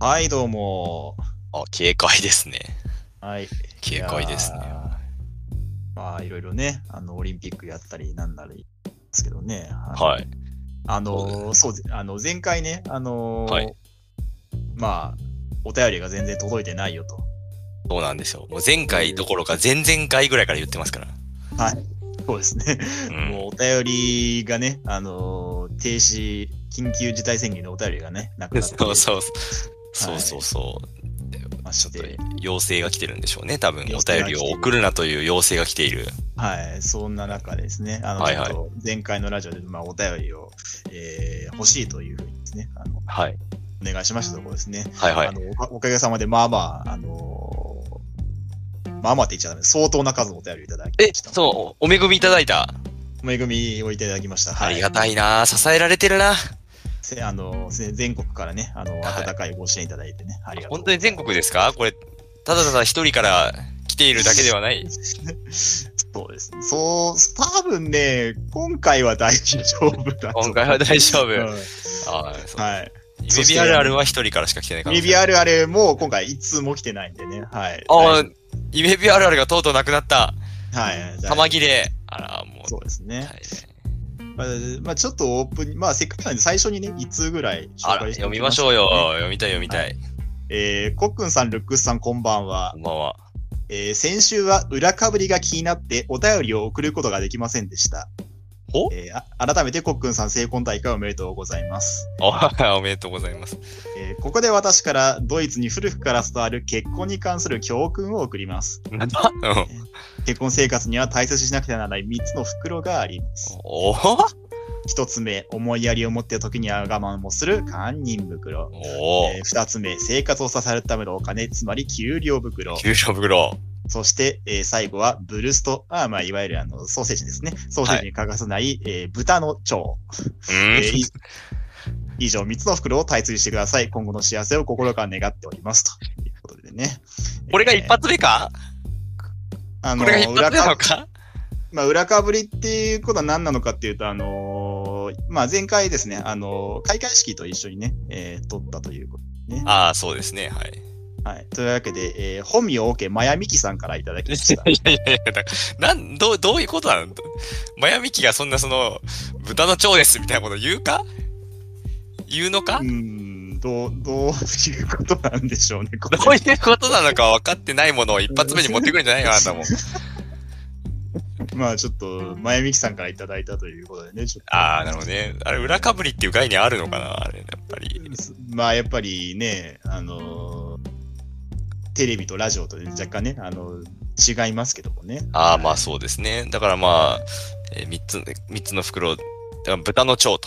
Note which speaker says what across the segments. Speaker 1: はい、どうも。
Speaker 2: あ、警戒ですね。
Speaker 1: はい。
Speaker 2: 警戒ですね
Speaker 1: い。やー。まあ、いろいろね、あの、オリンピックやったり、なんなりですけどね。い。
Speaker 2: はい。
Speaker 1: あ
Speaker 2: そう
Speaker 1: のー、そうで、あの、前回ね、あのー、
Speaker 2: はい
Speaker 1: まあ、お便りが全然届いてないよと。
Speaker 2: そうなんですよ。もう前回どころか前々回ぐらいから言ってますから。
Speaker 1: はい。そうですね。
Speaker 2: うん
Speaker 1: もうお便りがね、あのー、停止、緊急事態宣言のお便りがね、なくなって
Speaker 2: そうそうそう。そ
Speaker 1: はいう
Speaker 2: そうそう。
Speaker 1: ま
Speaker 2: ち
Speaker 1: し
Speaker 2: ょっと
Speaker 1: て、
Speaker 2: 要請が来てるんでしょうね。多分
Speaker 1: 要
Speaker 2: お
Speaker 1: 請が来てる
Speaker 2: 便りを送るなという要請が来ている。
Speaker 1: はい、そんな中ですね、あの、
Speaker 2: はいはい
Speaker 1: ちょっと前回のラジオで、まあ、お便りを、えー欲しいというふうにですね、あの、
Speaker 2: はい。
Speaker 1: お願いしましたところですね。
Speaker 2: はいは
Speaker 1: あ
Speaker 2: い。
Speaker 1: のおかおかげさまで、まあまあ、あのーまあまあって言っちゃダメです相当な数のお便りをいただき
Speaker 2: え
Speaker 1: まし、た。
Speaker 2: そう、お恵みいただいた。
Speaker 1: う。恵みをいただきました。
Speaker 2: あ
Speaker 1: はい。
Speaker 2: りがたいな支えられてるな。
Speaker 1: せあのせ全国からね、あの、
Speaker 2: はい
Speaker 1: 温かいご支援いただいてね、ありがとう
Speaker 2: 本当に全国ですかこれ、ただただ一人から来ているだけで はない。
Speaker 1: そうですね。そう、多分ね、今回は大丈夫だと。
Speaker 2: 今回は大丈夫。
Speaker 1: うん
Speaker 2: あーそう
Speaker 1: はい。そして
Speaker 2: 指あるあるは一人からしか来てないから。
Speaker 1: ミビあるあれもう今回一通も来てないんでね。はい。
Speaker 2: ああ
Speaker 1: 大丈、
Speaker 2: イメビあるあるがとうとうなくなった。
Speaker 1: 夫はい。
Speaker 2: 玉切れ。あら、もう。
Speaker 1: そうですね。
Speaker 2: はい
Speaker 1: まあ、まあ、ちょっとオープン、まあ、せっかくなんで最初にね、一通ぐらい
Speaker 2: あ
Speaker 1: 紹
Speaker 2: ら、
Speaker 1: 介して
Speaker 2: 読
Speaker 1: お
Speaker 2: み
Speaker 1: き
Speaker 2: まし
Speaker 1: す
Speaker 2: ょうよ。
Speaker 1: ね。
Speaker 2: 読みたい読みたい。
Speaker 1: えー、コックンさん、ルックスさん、こんばんは
Speaker 2: こ。んばんは。
Speaker 1: えー、先週は裏かぶりが気になってお便りを送ることができませんでした。
Speaker 2: お
Speaker 1: えーあ改めてコックンさん、成婚大会おめでとうございます。
Speaker 2: あおめ でとうございます。
Speaker 1: えーここで私からドイツに古くから伝わる結婚に関する教訓を送ります。
Speaker 2: なんだうん。
Speaker 1: 結婚生活には大切にしなくてはならない3つの袋があります。
Speaker 2: おお
Speaker 1: 一つ目、思いやりを持って時には我慢もする堪忍袋。
Speaker 2: お
Speaker 1: えー二つ目、生活を支えるためのお金、つまり給料袋
Speaker 2: お。給料袋。
Speaker 1: そして、えー最後はブルスト、あーまあ、いわゆるあのソーセージですね。ソーセージに欠かせない、えー豚の腸。
Speaker 2: う
Speaker 1: えー
Speaker 2: ん。
Speaker 1: い 以上、三つの袋を大切にしてください。今後の幸せを心から願っております。ということでね。
Speaker 2: これが一発目か
Speaker 1: あの
Speaker 2: これが一
Speaker 1: 裏
Speaker 2: 発目なの
Speaker 1: か
Speaker 2: か
Speaker 1: まあ、裏かぶりっていうことは何なのかっていうと、あのーまあ、前回ですね、あのー開会式と一緒にね、えー撮ったということでね。
Speaker 2: ああ、そうですね。はい。
Speaker 1: はい。というわけで、えー本名 OK、マヤミキさんからいただき
Speaker 2: い
Speaker 1: ました
Speaker 2: や。いやいやいや、だなん、どう、どういうことなのマヤミキがそんなその、豚の腸ですみたいなこと言うか言うのか
Speaker 1: うーん、どう、どういうことなんでしょうね、これ
Speaker 2: どういうことなのか分かってないものを一発目に持ってくるんじゃないよ、あなたも。
Speaker 1: まあちょっと、前みきさんからいただいたということでね、ちょっと。
Speaker 2: ああ、なるほどね。あれ、裏かぶりっていう概念あるのかなあれ、やっぱり。
Speaker 1: まあやっぱりね、あのーテレビとラジオとで若干ね、あの違いますけどもね。
Speaker 2: ああ、まあそうですね。だからまあ、えー、3つ、三つの袋、だから豚の腸と、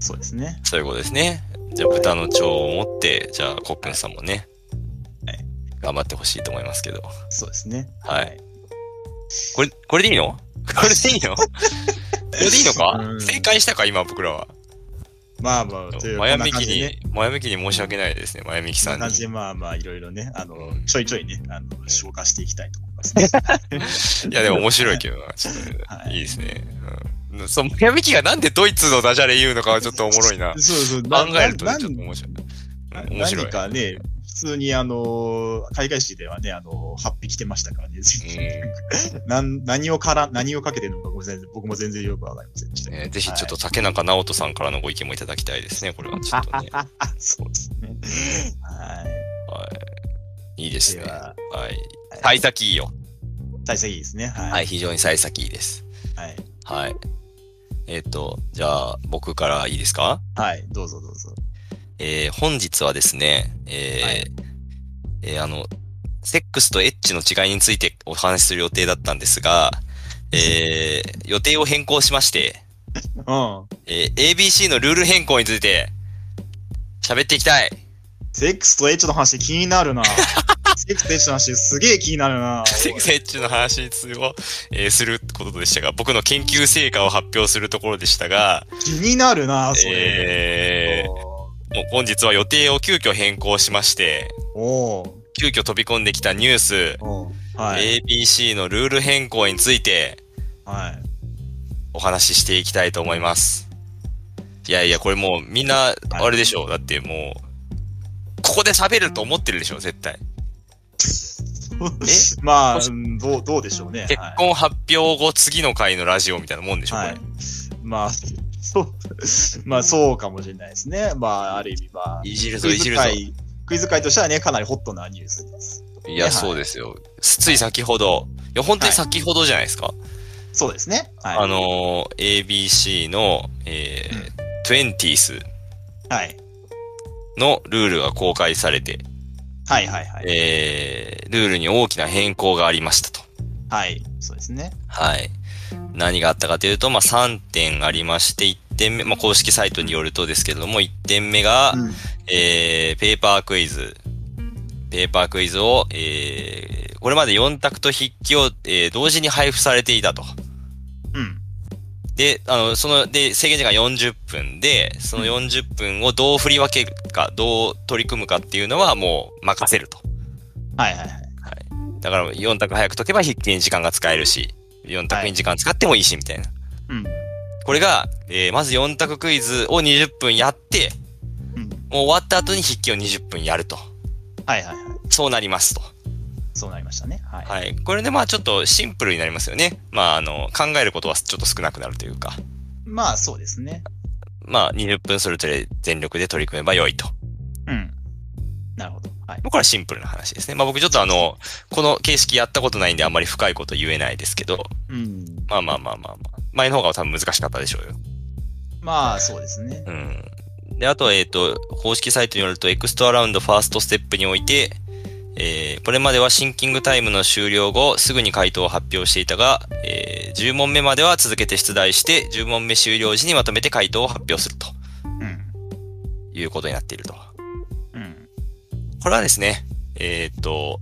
Speaker 1: そうですね。
Speaker 2: そういうことですね。じゃあ、豚の腸を持って、じゃあ、コックンさんもね、
Speaker 1: はい
Speaker 2: 頑張ってほしいと思いますけど。
Speaker 1: そうですね。
Speaker 2: はい。これ、これでいいのこれでいい のこれでいいのか
Speaker 1: うん
Speaker 2: 正解したか今僕らは。
Speaker 1: まあまあ、という
Speaker 2: 前
Speaker 1: こんな
Speaker 2: 向き
Speaker 1: 感じでね
Speaker 2: に、前向きに申し訳ないですね。前向き
Speaker 1: そん
Speaker 2: さ
Speaker 1: なん感
Speaker 2: に
Speaker 1: じ。で、まあまあ、いろいろね、あの
Speaker 2: う、ん
Speaker 1: ちょいちょいね、あの、消化していきたいと思いますね。
Speaker 2: いや、でも面白いけどな。ちょっ
Speaker 1: は
Speaker 2: と、
Speaker 1: い。
Speaker 2: いいですね。うん。その、マヤミキがなんでドイツのダジャレ言うのかはちょっとおもろいな
Speaker 1: そうそう、
Speaker 2: 考
Speaker 1: な
Speaker 2: えるとね
Speaker 1: な
Speaker 2: ちょっと面白い。うん面白い
Speaker 1: 何。かね、普通にあの、開会式ではね、あの、8匹来てましたからね、 なん何をから、何をかけてるのかご全然、僕も全然よくわかりませんでしたけど。
Speaker 2: ねぜひちょっと竹中直人さんからのご意見もいただきたいですね。これはちょっとね。
Speaker 1: ああ そうですね。はい。
Speaker 2: はい。いいですね。
Speaker 1: で
Speaker 2: は
Speaker 1: は、
Speaker 2: い。
Speaker 1: はい、
Speaker 2: 幸先いいよ。
Speaker 1: 大切いいですね。はい。
Speaker 2: はい、非常に幸先いいです。
Speaker 1: はい。
Speaker 2: はい。えっと、じゃあ、僕からいいですか
Speaker 1: はい。どうぞどうぞ。
Speaker 2: えー本日はですね、えー
Speaker 1: はい
Speaker 2: えーあの、セックスとエッチの違いについてお話しする予定だったんですが、えー予定を変更しまして、
Speaker 1: うん。
Speaker 2: えー ABC のルール変更について喋っていきたい。
Speaker 1: セックスとエッチの話気にな るな。セックスとエッチの話すげえ気になるな。
Speaker 2: セックスエッチの話を、えーすることでしたが、僕の研究成果を発表するところでしたが、
Speaker 1: 気になるな、それ。
Speaker 2: えーもう本日は予定を急遽変更しまして、
Speaker 1: おー
Speaker 2: 急遽飛び込んできたニュース、
Speaker 1: おーはい。
Speaker 2: ABC のルール変更について、
Speaker 1: はい。
Speaker 2: お話ししていきたいと思います。いやいや、これもうみんな、あれでしょう。だってもう、ここで喋ると思ってるでしょ、絶対。
Speaker 1: まあ、うんどう、どうでしょうね。
Speaker 2: 結
Speaker 1: はい
Speaker 2: 婚発表後、次の回のラジオみたいなもんでしょ、こ
Speaker 1: は
Speaker 2: れ
Speaker 1: い。。まあ、 そう、まあ、そうかもしれないですね。まあ、ある意味、まあ、
Speaker 2: いじるぞ、
Speaker 1: クイ
Speaker 2: いじ
Speaker 1: ズ
Speaker 2: るぞ。
Speaker 1: 界、クイズ界としてはね、かなりホットなニュースです。
Speaker 2: い
Speaker 1: は
Speaker 2: や、
Speaker 1: い
Speaker 2: そうですよ。つい先ほど、いや、本当に先ほどじゃないですか。
Speaker 1: そうですね。はい。
Speaker 2: あ、のー、ABC の、え
Speaker 1: う
Speaker 2: ー、20th
Speaker 1: はい。
Speaker 2: のルールが公開されて、
Speaker 1: はいはいはい。
Speaker 2: えー、ルールに大きな変更がありましたと。
Speaker 1: はい。そうですね。
Speaker 2: はい。何があったかというと、まあ、3点ありまして、1点目、まあ、公式サイトによるとですけれども、1点目が、
Speaker 1: うん
Speaker 2: えー、ペーパークイズ。ペーパークイズを、えー、これまで4択と筆記を、えー同時に配布されていたと。
Speaker 1: うん。
Speaker 2: で、あの、その、で、制限時間40分で、その40分をどう振り分けるか、どう取り組むかっていうのはもう任せると。
Speaker 1: はいはいはい。
Speaker 2: だから4択早く解けば筆記に時間が使えるし、4択に時間使ってもいいし、みたいな。
Speaker 1: うん。
Speaker 2: これが、えーまず4択クイズを20分やって、
Speaker 1: うん。
Speaker 2: もう終わった後に筆記を20分やると。
Speaker 1: はいはいはい。
Speaker 2: そうなりますと。
Speaker 1: そうなりましたね。はい。
Speaker 2: はい。これでまあちょっとシンプルになりますよね。まああの、考えることはちょっと少なくなるというか、
Speaker 1: まあ、そうですね。
Speaker 2: まあ20分それぞれ全力で取り組めば良いと。
Speaker 1: うん。なるほど。はい。
Speaker 2: まあこれはシンプルな話ですね。まあ僕ちょっとあの、この形式やったことないんであんまり深いこと言えないですけど、
Speaker 1: うん。
Speaker 2: まあまあまあまあまあ、前の方が多分難しかったでしょうよ。
Speaker 1: まあ、そうですね。
Speaker 2: うん。で、あと、えっ、と、公式サイトによると、エクストララウンドファーストステップにおいて、えーこれまではシンキングタイムの終了後、すぐに回答を発表していたが、えー10問目までは続けて出題して、10問目終了時にまとめて回答を発表すると
Speaker 1: うん。
Speaker 2: いうことになっていると。
Speaker 1: うん。
Speaker 2: これはですね、えーっと、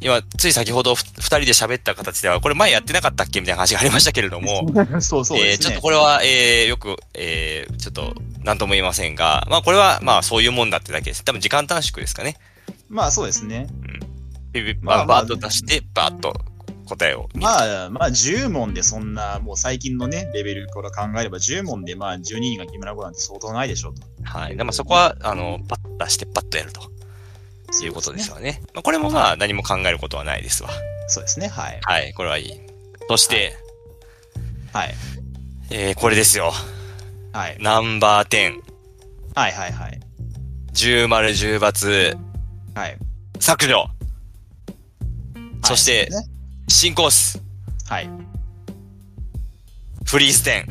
Speaker 2: 今、つい先ほどふ2人で喋った形では、これ前やってなかったっけみたいな話がありましたけれども、
Speaker 1: そうそう
Speaker 2: え
Speaker 1: で
Speaker 2: ー
Speaker 1: す
Speaker 2: ちょっ
Speaker 1: ね
Speaker 2: と。これは、えーよく、えーちょっと、なんとも言えませんが、まあ、これは、まあ、そういうもんだってだけです。多分、時間短縮ですかね。
Speaker 1: まあ、そうですね。
Speaker 2: ビビ
Speaker 1: ま
Speaker 2: バ
Speaker 1: あまあ
Speaker 2: バーッと出して、バーッと答えを見る。
Speaker 1: まあ、まあ、10問でそんな、もう最近のね、レベルから考えれば、10問でまあ、12人が決められるなんて相当ないでしょうと。
Speaker 2: はい。でまあ、そこは、あの、パッと出して、パッとやるということですよね。まあ、これもまあ、何も考えることはないですわ。
Speaker 1: そうですね。はい。
Speaker 2: はい。これはいい。そして、
Speaker 1: はい。
Speaker 2: えーこれですよ。
Speaker 1: はい。
Speaker 2: ナンバー10。
Speaker 1: はいはいはい。
Speaker 2: 10丸10罰
Speaker 1: はい。
Speaker 2: 削除。そして
Speaker 1: はいそうですね
Speaker 2: 新コース。
Speaker 1: はい。
Speaker 2: フリーズ10。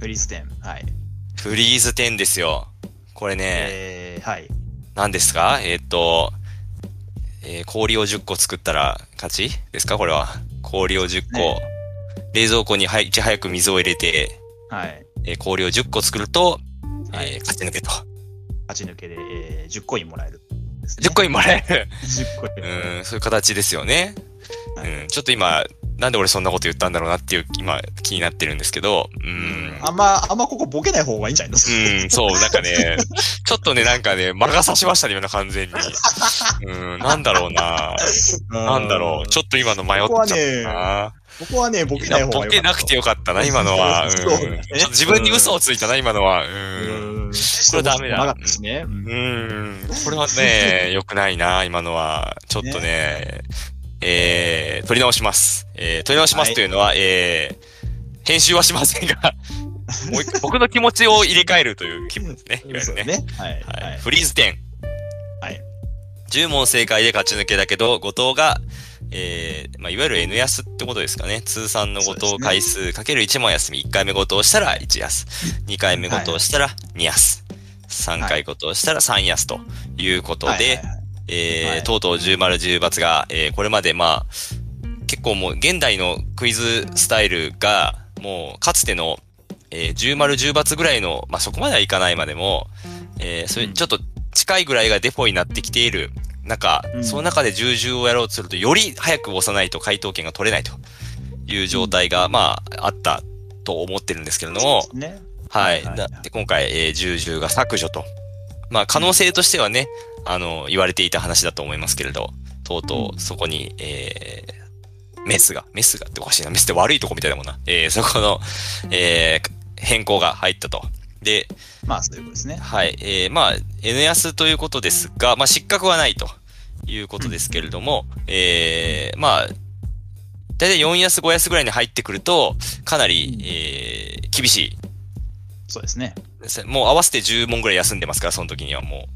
Speaker 1: フリーステン。はい。
Speaker 2: フリーズ10ですよ。これね、
Speaker 1: えー、はい。
Speaker 2: 何ですかえーっと、えー氷を10個作ったら勝ちですかこれは。氷を10個。
Speaker 1: ね
Speaker 2: 冷蔵庫にはいいち早く水を入れて、
Speaker 1: はい。
Speaker 2: えー氷を10個作ると、えー
Speaker 1: はい
Speaker 2: 勝ち抜けと。
Speaker 1: 勝ち抜けで、えー、10コインもらえる、ですね
Speaker 2: 10コインもらえる。
Speaker 1: 10個イン。
Speaker 2: うん、そういう形ですよね。
Speaker 1: はい
Speaker 2: うん、ちょっと今、なんで俺そんなこと言ったんだろうなっていう、今、気になってるんですけど、うん。
Speaker 1: あんま、あんまここボケない方がいいんじゃないの
Speaker 2: うん、そう、なんか ね、ちょっとね、なんかね、魔が差しましたね、今の完全に。うん、なんだろうな。なんだろう。ちょ
Speaker 1: っ
Speaker 2: っと今の迷っちゃったな。
Speaker 1: と。ここはね、ボケないい
Speaker 2: や
Speaker 1: 方がよか
Speaker 2: ボ
Speaker 1: った
Speaker 2: ケなくてよかったな、今のは。うん
Speaker 1: そう
Speaker 2: ちょ
Speaker 1: だね
Speaker 2: っと自分に嘘をついたな、今のは。う。
Speaker 1: うんん。
Speaker 2: これダメだ
Speaker 1: 長かったしね。うん
Speaker 2: うん。これはね、良くないな、今のは。ちょっとね、えー、取り直します。えー、取り直しますというのは、えー、編集はしませんが、もう一回僕の気持ちを入れ替えるという気分ですね、いわゆ
Speaker 1: そ
Speaker 2: る
Speaker 1: う
Speaker 2: ね
Speaker 1: だ。ね。はい。
Speaker 2: はい
Speaker 1: はい。
Speaker 2: フリーズ点。
Speaker 1: はい。
Speaker 2: 10問正解で勝ち抜けだけど、後藤が、えーまあ、いわゆる N 安ってことですかね。通算の後
Speaker 1: そうです
Speaker 2: 藤
Speaker 1: ね
Speaker 2: 回数かける1問休み。1回目後藤したら1安。2回目後藤したら2安。3回後藤したら3安ということで、
Speaker 1: はいはいはい
Speaker 2: えー
Speaker 1: はい
Speaker 2: とうとう10丸10罰が、えーこれまでまあ、結構もう現代のクイズスタイルが、もうかつての、えー10丸10罰ぐらいの、まあそこまではいかないまでも、えーそれにちょっと近いぐらいがデフォになってきている中、
Speaker 1: うん
Speaker 2: その中で重々をやろうとすると、より早く押さないと回答権が取れないという状態が、まあ、あったと思ってるんですけれども、
Speaker 1: そうですね。
Speaker 2: はい。
Speaker 1: はい
Speaker 2: だで今回、えー、重々が削除と。まあ、可能性としてはね、あの、言われていた話だと思いますけれど、とうとうそこに、えー、メスが、メスがっておかしいな、メスって悪いとこみたいだもんな。えー、そこの、えー変更が入ったとで、
Speaker 1: まあ、そういうことですね。
Speaker 2: はい。えーまあ、N 安ということですが、まあ、失格はないということですけれども、えーまあ、だいたい4安、5安ぐらいに入ってくると、かなり、
Speaker 1: うん
Speaker 2: えー厳し
Speaker 1: そうですね。
Speaker 2: いですね。もう合わせて10問ぐらい休んでますから、その時にはも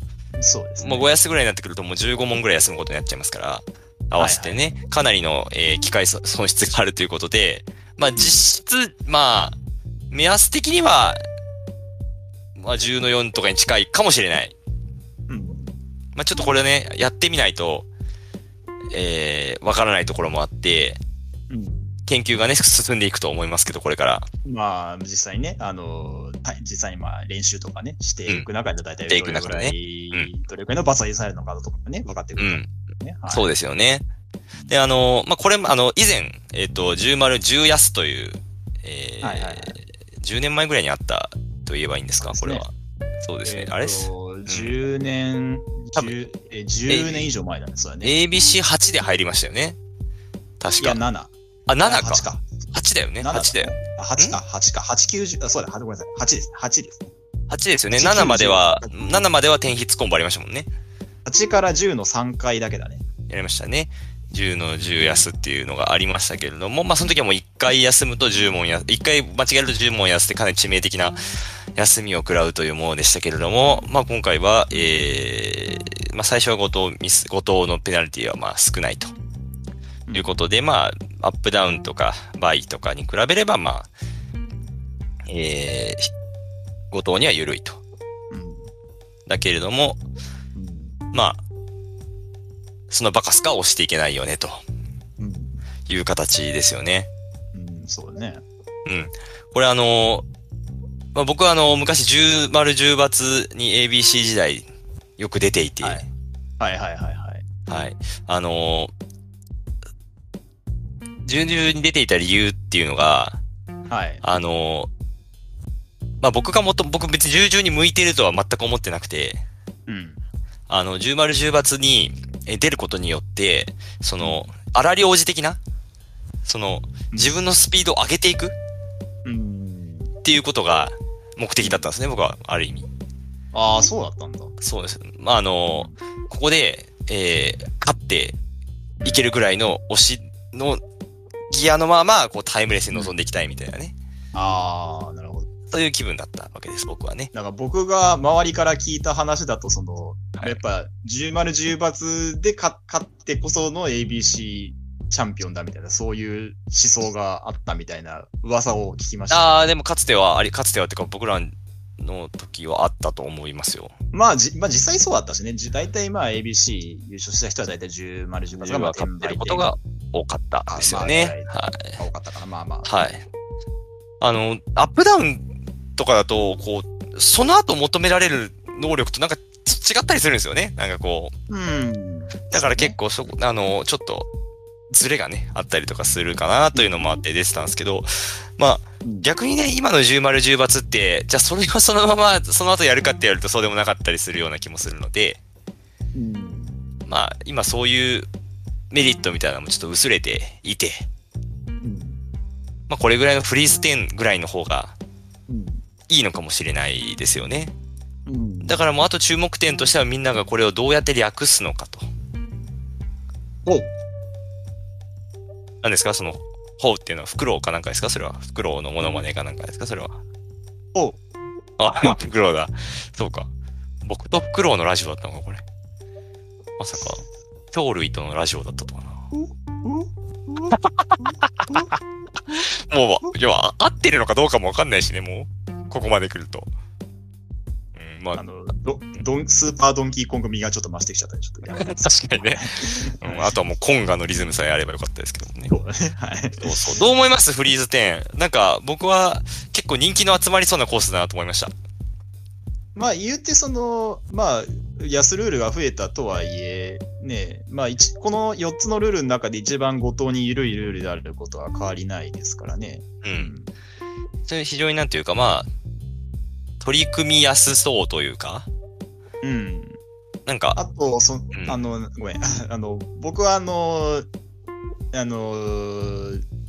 Speaker 1: そうです
Speaker 2: う。
Speaker 1: ね。
Speaker 2: もう5安ぐらいになってくると、もう15問ぐらい休むことになっちゃいますから、合わせてね、かなりの、えー機械損損失があるということで、まあ、実質、まあ、目安的には、まあ、10の4とかに近いかもしれない。
Speaker 1: うん
Speaker 2: まあ、ちょっとこれね、やってみないと、えー、わからないところもあって、
Speaker 1: うん
Speaker 2: 研究がね、進んでいくと思いますけど、これから。
Speaker 1: まあ、実際ね、あの、た実際にまあ練習とかね、していく中で、だいたい
Speaker 2: ん
Speaker 1: ど
Speaker 2: して
Speaker 1: れ
Speaker 2: い
Speaker 1: ぐ
Speaker 2: く
Speaker 1: らい、
Speaker 2: 中でね
Speaker 1: どれぐらいの罰が許されるのかとかね、分かってく
Speaker 2: う
Speaker 1: る
Speaker 2: ん。
Speaker 1: とね。はい
Speaker 2: そうですよね。で、あの、まあ、これ、あの、以前、えっ、と、10丸10安という、えー
Speaker 1: はいはいはい
Speaker 2: 10年前ぐらいにあったと言えばいいんですか、
Speaker 1: そ
Speaker 2: こ
Speaker 1: うで
Speaker 2: れ
Speaker 1: すね
Speaker 2: は。そうですね。
Speaker 1: えーと
Speaker 2: あれです。
Speaker 1: 10年、
Speaker 2: 多
Speaker 1: 10えー10年以上前だね、それね。
Speaker 2: ABC8 で入りましたよね。確
Speaker 1: いや、
Speaker 2: か。
Speaker 1: 7。
Speaker 2: あ、7か。
Speaker 1: 8
Speaker 2: 8,
Speaker 1: か。
Speaker 2: だよね。
Speaker 1: 7
Speaker 2: 8だよ。。
Speaker 1: あ、8か、8か。8、90、あそうだ、ごめんなさい。8です。8です。
Speaker 2: 8ですよね。
Speaker 1: 8
Speaker 2: 7までは、
Speaker 1: 90
Speaker 2: 7までは点筆コンボありましたもんね。
Speaker 1: 8から10の3回だけだね。
Speaker 2: やりましたね。10の10安っていうのがありましたけれども、まあその時はもう1回休むと10問や、1回間違えると10問安ってかなり致命的な休みを食らうというものでしたけれども、まあ今回は、えー、まあ最初は後藤ミス、後藤のペナルティはまあ少ないと
Speaker 1: うん
Speaker 2: いうことで、まあアップダウンとか倍とかに比べれば、まあ、えー、後藤には緩いと。
Speaker 1: うん。
Speaker 2: だけれども、まあ、そのバカスカを押していけないよねと。
Speaker 1: うん。
Speaker 2: いう形ですよね。
Speaker 1: うん。うんそうだね。
Speaker 2: うん。これあのーまあ、僕はあのー昔10丸10罰に ABC 時代よく出ていて、
Speaker 1: は
Speaker 2: はいい。
Speaker 1: はいはいはいはい。
Speaker 2: あのー、10々に出ていた理由っていうのが、
Speaker 1: はい。
Speaker 2: あのーまあ、僕がもっと、僕別に10々に向いてるとは全く思ってなくて、
Speaker 1: うん。
Speaker 2: あの、10丸10罰にえ出ることによって、その、荒領事的な、その、自分のスピードを上げていく
Speaker 1: うん。
Speaker 2: っていうことが目的だったんですね、僕は、ある意味。
Speaker 1: ああ、そうだったんだ。
Speaker 2: そうです。まあ、あの、ここで、えー、勝っていけるぐらいの推しのギアのまま、こう、タイムレースに臨んでいきたいみたいなね。
Speaker 1: ああ、なるほど。
Speaker 2: そういう気分だったわけです、僕はね。
Speaker 1: なんか僕が周りから聞いた話だと、その、
Speaker 2: はい
Speaker 1: やっぱ、10丸10罰で勝勝ってこその ABC チャンピオンだみたいな、そういう思想があったみたいな噂を聞きました。
Speaker 2: ああ、でも、かつては、あり、かつてはっていうか、僕らの時はあったと思いますよ。
Speaker 1: まあ、じまあ実際そうだったしね、じ大体まあ ABC 優勝した人は大体10丸10罰
Speaker 2: 自
Speaker 1: が
Speaker 2: 分
Speaker 1: まあ
Speaker 2: は勝ってることが多かったですよ
Speaker 1: あ
Speaker 2: ね。
Speaker 1: ま
Speaker 2: はい。
Speaker 1: 転売店が多かったから、まあまあ。
Speaker 2: はい。あの、アップダウンとかだと、こう、その後求められる能力となんかち違ったりするんですよね。なんかこう、
Speaker 1: うん。
Speaker 2: だから結構そこ、あの、ちょっと、ズレがね、あったりとかするかなというのもあって出てたんですけど、まあ、逆にね、今の10丸10罰って、じゃあそれをそのまま、その後やるかってやるとそうでもなかったりするような気もするので、
Speaker 1: うん
Speaker 2: まあ、今そういうメリットみたいなのもちょっと薄れていて、
Speaker 1: うん
Speaker 2: まあこれぐらいのフリース点ぐらいの方が
Speaker 1: うん
Speaker 2: いいのかもしれないですよね。
Speaker 1: うん
Speaker 2: だからもうあと注目点としてはみんながこれをどうやって略すのかと。
Speaker 1: お
Speaker 2: なんですかその、ほうっていうのはフクロウかなんかですかそれは。フクロウのモノマネかなんかですかそれは。
Speaker 1: お
Speaker 2: あ、 フクロウだ。そうか。僕とフクロウのラジオだったのか、これ。まさか、鳥類とのラジオだったとはな。もう、要は、合ってるのかどうかもわかんないしね、もう。ここまで来ると。うん、まあ
Speaker 1: あ、のどどんスーパードンキーコング身がちょっと増してきちゃったね、ちょっとやばいです。
Speaker 2: 確かにね。 うん、あとはもう、コンガのリズムさえあればよかったですけどね
Speaker 1: そ。うだねはい。
Speaker 2: そうそう。どう思いますフリーズ10。なんか、僕は結構人気の集まりそうなコースだなと思いました。
Speaker 1: まあ言ってその、まあ、安ルールが増えたとはいえ、ね、まあ一、この4つのルールの中で一番後藤に緩いルールであることは変わりないですからね。
Speaker 2: うん。それ非常になんていうか、まあ、取り組みやすそうというか、
Speaker 1: うん。
Speaker 2: なんか、
Speaker 1: あと、そ
Speaker 2: ん
Speaker 1: あの、ごめん。 あの、僕はあの、あの、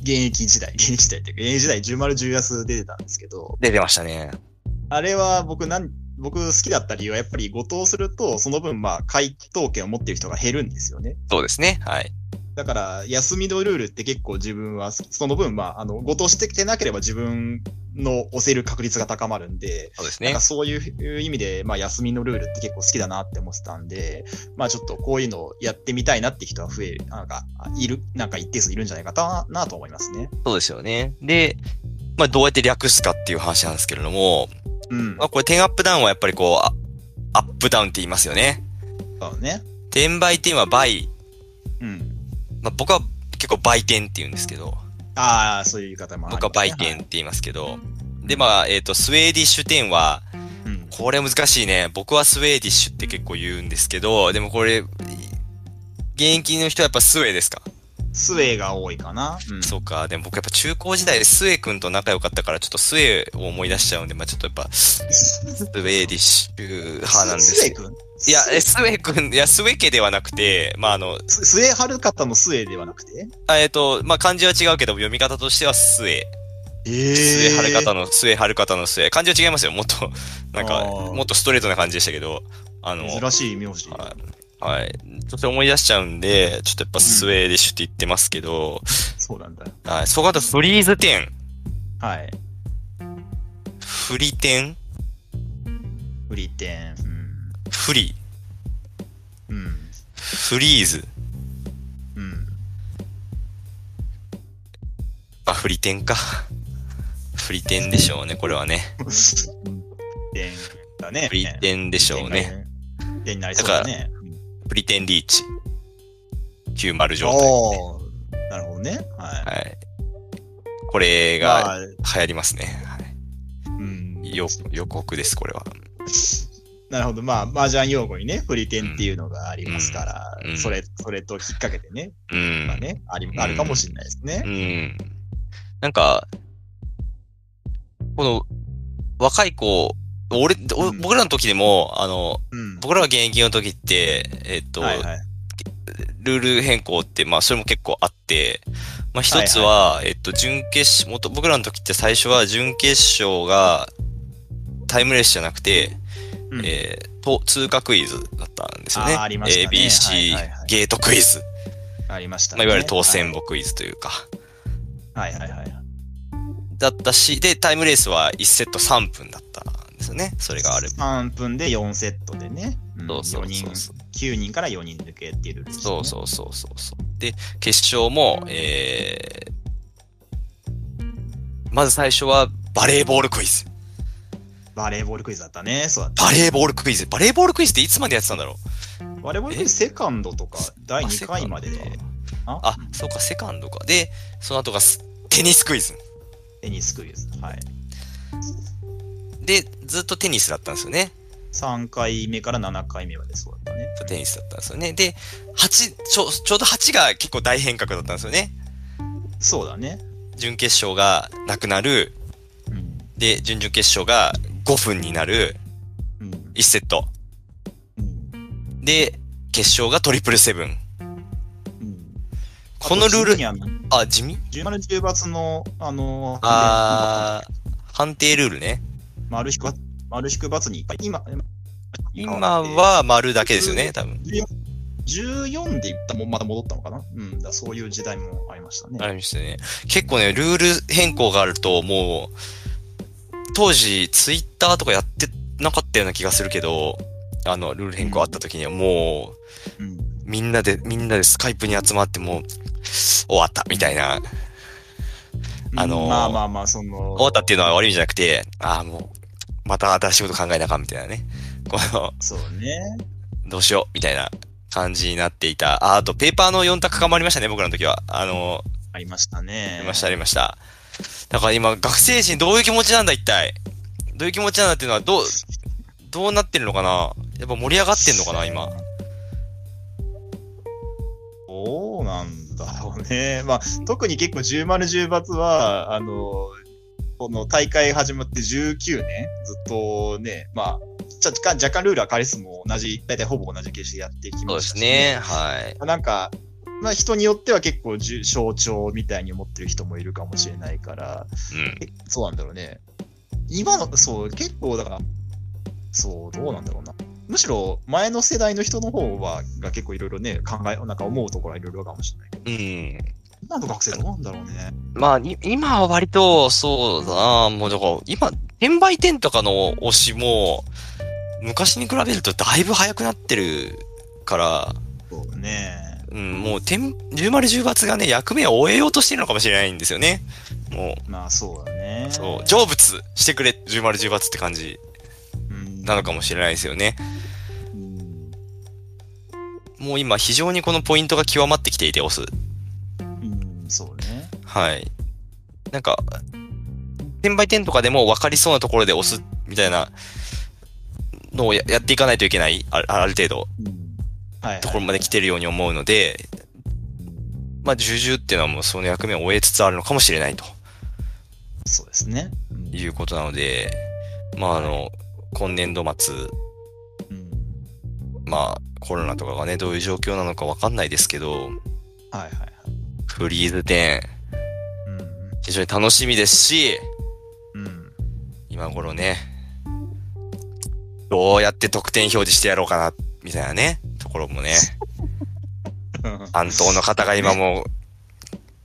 Speaker 1: 現役時代、現役時代っていうか、現役時代10丸10安で出てたんですけど、
Speaker 2: 出てましたね。
Speaker 1: あれは僕なん、僕好きだった理由はやっぱり誤答すると、その分まあ回答権を持ってる人が減るんですよね。
Speaker 2: そうですね。はい。
Speaker 1: だから、休みのルールって結構自分は、その分まあ、あの、誤答してきてなければ自分の押せる確率が高まるんで、
Speaker 2: そうです
Speaker 1: なん
Speaker 2: ね
Speaker 1: か。そういう意味で、まあ、休みのルールって結構好きだなって思ってたんで、まあ、ちょっとこういうのをやってみたいなって人は増える、なんか、あいる、なんか一定数いるんじゃないかななと思いますね。
Speaker 2: そうですよね。で、まあ、どうやって略すかっていう話なんですけれども、
Speaker 1: うん
Speaker 2: ま。あ、これ、10アップダウンはやっぱりこう、あアップダウンって言いますよね。
Speaker 1: そうね。
Speaker 2: 転売店は倍。
Speaker 1: うん。
Speaker 2: まあ、僕は結構売店って言うんですけど、
Speaker 1: ああ、そういう言い方もある、
Speaker 2: 僕は売店って言いますけど、で、まあ、えっ、と、スウェーディッシュ店は、
Speaker 1: うん。
Speaker 2: これ難しいね。僕はスウェーディッシュって結構言うんですけど、でもこれ、現役の人はやっぱスウェーですか、
Speaker 1: スウェーが多いかな。うん。
Speaker 2: そうか。でも僕やっぱ中高時代スウェー君と仲良かったから、ちょっとスウェーを思い出しちゃうんで、まあちょっとやっぱ、スウェーディッシュ派なんです
Speaker 1: ス
Speaker 2: け
Speaker 1: ウェー
Speaker 2: ど。
Speaker 1: 君
Speaker 2: いや、え
Speaker 1: ス
Speaker 2: スウェー君、いや、スウェー家ではなくて、まああの、
Speaker 1: ススウェーハルカタのスウェーではなくて
Speaker 2: あえっ、と、まあ漢字は違うけど、読み方としてはスウェー。
Speaker 1: え
Speaker 2: スウェーハルカタ
Speaker 1: の。
Speaker 2: の、スウェーハルカタのスウェー。漢字は違いますよ。もっと、なんか、
Speaker 1: あー
Speaker 2: もっとストレートな感じでしたけど、あの、
Speaker 1: 珍しい名字。
Speaker 2: はい。はい。ちょっと思い出しちゃうんで、ちょっとやっぱスウェーディッシュって言ってますけど、
Speaker 1: そうなんだ。
Speaker 2: はい。そこあとフリーズ店、
Speaker 1: はい。
Speaker 2: フリ店、
Speaker 1: フリテン。
Speaker 2: フリ、
Speaker 1: うん。うん。
Speaker 2: フリーズ、
Speaker 1: うん。
Speaker 2: あ、フリ店か。フリ店でしょうね、これはね。
Speaker 1: 点だね。
Speaker 2: フリ店でしょうね。。
Speaker 1: 点になりそうだね。
Speaker 2: フリ店リーチ。90状態。
Speaker 1: おおーなるほどね。は
Speaker 2: はい。これ
Speaker 1: い。
Speaker 2: が
Speaker 1: まあ、
Speaker 2: 流行りますね。はい
Speaker 1: うん。
Speaker 2: よ予告です、これは。
Speaker 1: なるほど。まあ、麻雀用語にね、フリテンっていうのがありますから
Speaker 2: うんう、ん
Speaker 1: それ、それと引っ掛けてね、
Speaker 2: うん。
Speaker 1: まあね、あり
Speaker 2: ん
Speaker 1: あるかもしれないですね
Speaker 2: う。ん。なんか、この、若い子、俺、お
Speaker 1: うん
Speaker 2: 僕らの時でも、あの、
Speaker 1: うん。
Speaker 2: 僕らが現役の時って、えっと、
Speaker 1: はいはい。
Speaker 2: ルール変更って、まあ、それも結構あって、まあ、一つは、えっと、準決勝、元僕らの時って最初は準決勝が、タイムレースじゃなくて、
Speaker 1: うん
Speaker 2: えーと、通過クイズだったんですよね。
Speaker 1: あーありましたね
Speaker 2: ABC、
Speaker 1: はいはいはい
Speaker 2: ゲートクイズ。
Speaker 1: ありました
Speaker 2: まあ、
Speaker 1: ね。
Speaker 2: いわゆる当選簿クイズというか。
Speaker 1: はい。はいはいはい。
Speaker 2: だったし、で、タイムレースは1セット3分だったんですよね。それがある。
Speaker 1: 3分で4セットでね。ん
Speaker 2: そうそう
Speaker 1: 四人
Speaker 2: そうそ
Speaker 1: 9人から4人抜けっていうルールですね。
Speaker 2: そうそうそうそうそう。で、決勝も、えー、まず最初はバレーボールクイズ。
Speaker 1: バレーボールクイズだったね。そうだった
Speaker 2: バレーボールクイズ。バレーボールクイズっていつまでやってたんだろう
Speaker 1: バレーボールクイズセカンドとか第2回まで
Speaker 2: あセカン
Speaker 1: で
Speaker 2: ドか。あ、そうか、セカンドか。で、その後がステニスクイズ。
Speaker 1: テニスクイズ。はい。
Speaker 2: で、ずっとテニスだったんですよね。
Speaker 1: 3回目から7回目までそうだったね。
Speaker 2: テニスだったんですよね。で、8、ちょ、ちょうど8が結構大変革だったんですよね。
Speaker 1: そうだね。
Speaker 2: 準決勝がなくなる。
Speaker 1: うん。
Speaker 2: で、準々決勝が5分になる
Speaker 1: うん。
Speaker 2: 1セット。
Speaker 1: うん。
Speaker 2: で、決勝がトリプルセブン。
Speaker 1: うん
Speaker 2: このルール
Speaker 1: あと地味にあの
Speaker 2: あ、地味
Speaker 1: 10丸10罰の、あの、
Speaker 2: あー、判定ルールね。
Speaker 1: 丸引く、丸引く罰にいっぱい。今、
Speaker 2: 今は丸だけですよね、多分。
Speaker 1: 14でいったもんまた戻ったのかなうんだ、そういう時代もありましたね。
Speaker 2: ありましたね。結構ね、ルール変更があると、もう、当時、ツイッターとかやってなかったような気がするけど、あの、ルール変更あった時にはもう、
Speaker 1: うん。
Speaker 2: みんなで、みんなでスカイプに集まって、もう、終わった、みたいなあのー
Speaker 1: まあまあまあ、その、
Speaker 2: 終わったっていうのは悪いんじゃなくて、ああ、もう、また新しいこと考えなあかんみたいなね。この、
Speaker 1: そうね。
Speaker 2: どうしようみたいな感じになっていた。あ、あと、ペーパーの4択化もありましたね、僕らの時は。あの、
Speaker 1: ありましたね。
Speaker 2: ありました、ありました。だから今、学生陣どういう気持ちなんだ、一体。どういう気持ちなんだっていうのは、どう、どうなってるのかなやっぱ盛り上がってんのかな、今。
Speaker 1: そうなんだろうね。まあ、特に結構10丸10罰は、あの、この大会始まって19年、ずっとね、まあ、ちょ若干若干ルールは変わりつつも同じ、大体ほぼ同じ形式でやってき
Speaker 2: そう
Speaker 1: ま
Speaker 2: で
Speaker 1: した
Speaker 2: す
Speaker 1: し
Speaker 2: ね、はい。
Speaker 1: まあなんか、まあ人によっては結構じゅ象徴みたいに思ってる人もいるかもしれないから、
Speaker 2: うん。
Speaker 1: えそうなんだろうね。今の、そう、結構だから、そう、どうなんだろうな。むしろ前の世代の人の方は、が結構いろいろね、考え、なんか思うところはいろいろかもしれないけど、
Speaker 2: うん。
Speaker 1: 今の学生どうなんだろうね。
Speaker 2: まあ、い今は割と、そうだな、もうだから、今、転売店とかの推しも、昔に比べるとだいぶ早くなってるから、
Speaker 1: そうね。
Speaker 2: うん、もう、天10丸10罰がね、役目を終えようとしてるのかもしれないんですよね。も
Speaker 1: まあそうだね。
Speaker 2: う、そう、成仏してくれ、10丸10罰って感じ
Speaker 1: うん。
Speaker 2: なのかもしれないですよね。
Speaker 1: うん
Speaker 2: もう今、非常にこのポイントが極まってきていて、オス。
Speaker 1: うん、そうね。
Speaker 2: はい。なんか、転売店とかでも分かりそうなところで押すみたいなのをややっていかないといけない、あある程度、
Speaker 1: うん。はい、はい。
Speaker 2: ところまで来てるように思うので、まあ、重々っていうのはもうその役目を終えつつあるのかもしれないと
Speaker 1: そうですね。うん
Speaker 2: いうことなので、まあ、あの、今年度末、
Speaker 1: うん。
Speaker 2: まあ、コロナとかがね、どういう状況なのか分かんないですけど、
Speaker 1: はいはいはい。
Speaker 2: フリーズ店、
Speaker 1: うん。
Speaker 2: 非常に楽しみですし、
Speaker 1: うん。
Speaker 2: 今頃ね、どうやって得点表示してやろうかな、みたいなね、ところもね、担当の方が今もう、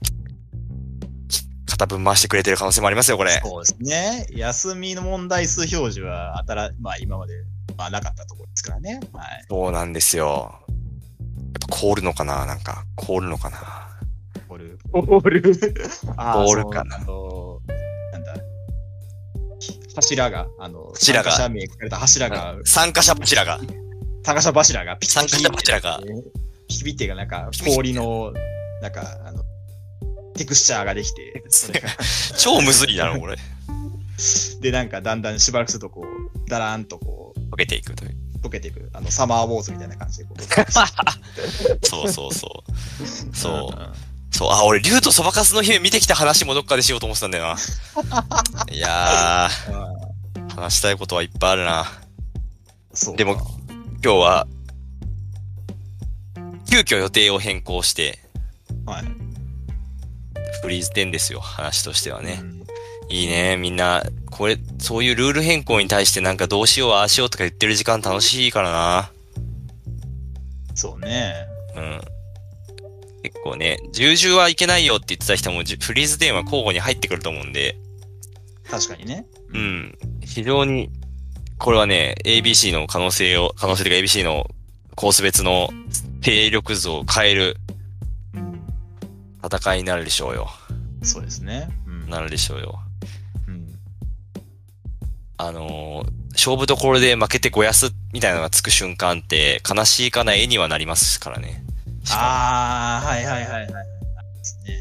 Speaker 2: 片分回してくれてる可能性もありますよ、これ。
Speaker 1: そうですね。休みの問題数表示は、新まあ今まで、まあなかったところですからね。はい。
Speaker 2: そうなんですよ。やっぱ凍るのかななんか、凍るのかな
Speaker 1: ボール。ボール。 あ
Speaker 2: ボールかな
Speaker 1: そうあの、なんだ。柱が、あの、
Speaker 2: 柱
Speaker 1: 参加
Speaker 2: が
Speaker 1: 者名書かれた柱が、
Speaker 2: 参加者柱が。
Speaker 1: 参加者柱が、ピ
Speaker 2: 参加者柱が。
Speaker 1: ピキピってがなんか氷の、なんか、あの、テクスチャーができて、それが
Speaker 2: 超むずいだろ、これ。
Speaker 1: で、なんかだんだんしばらくするとこう、だらーんとこう、
Speaker 2: 溶けていくという。
Speaker 1: 溶けていく、あの、サマーウォーズみたいな感じでこ う。
Speaker 2: そうそうそう。 そう
Speaker 1: う。ん。
Speaker 2: そう、あ、俺、竜とそばかすの姫見てきた話もどっかでしようと思ってたんだよな。いやー、話したいことはいっぱいあるな。
Speaker 1: そうか
Speaker 2: でも、今日は、急遽予定を変更して、
Speaker 1: はい。
Speaker 2: フリーズ10ですよ、話としてはね
Speaker 1: う。ん。
Speaker 2: いいね、みんな、これ、そういうルール変更に対してなんかどうしよう、ああしようとか言ってる時間楽しいから
Speaker 1: そうね。
Speaker 2: な。うん。結構ね、重々はいけないよって言ってた人も、じゅフリーズ10は交互に入ってくると思うんで、
Speaker 1: 確かにね。
Speaker 2: う。ん。非常に、これはね、ABC の可能性を、可能性というか ABC のコース別の勢力図を変える
Speaker 1: うん。
Speaker 2: 戦いになるでしょうよ。
Speaker 1: そうですね。うん。
Speaker 2: なるでしょうよ。
Speaker 1: うん
Speaker 2: あのー勝負どころで負けてごやすみたいなのがつく瞬間って、悲しいかな絵にはなりますからね。
Speaker 1: ああ、はいはいはいはい。ですね。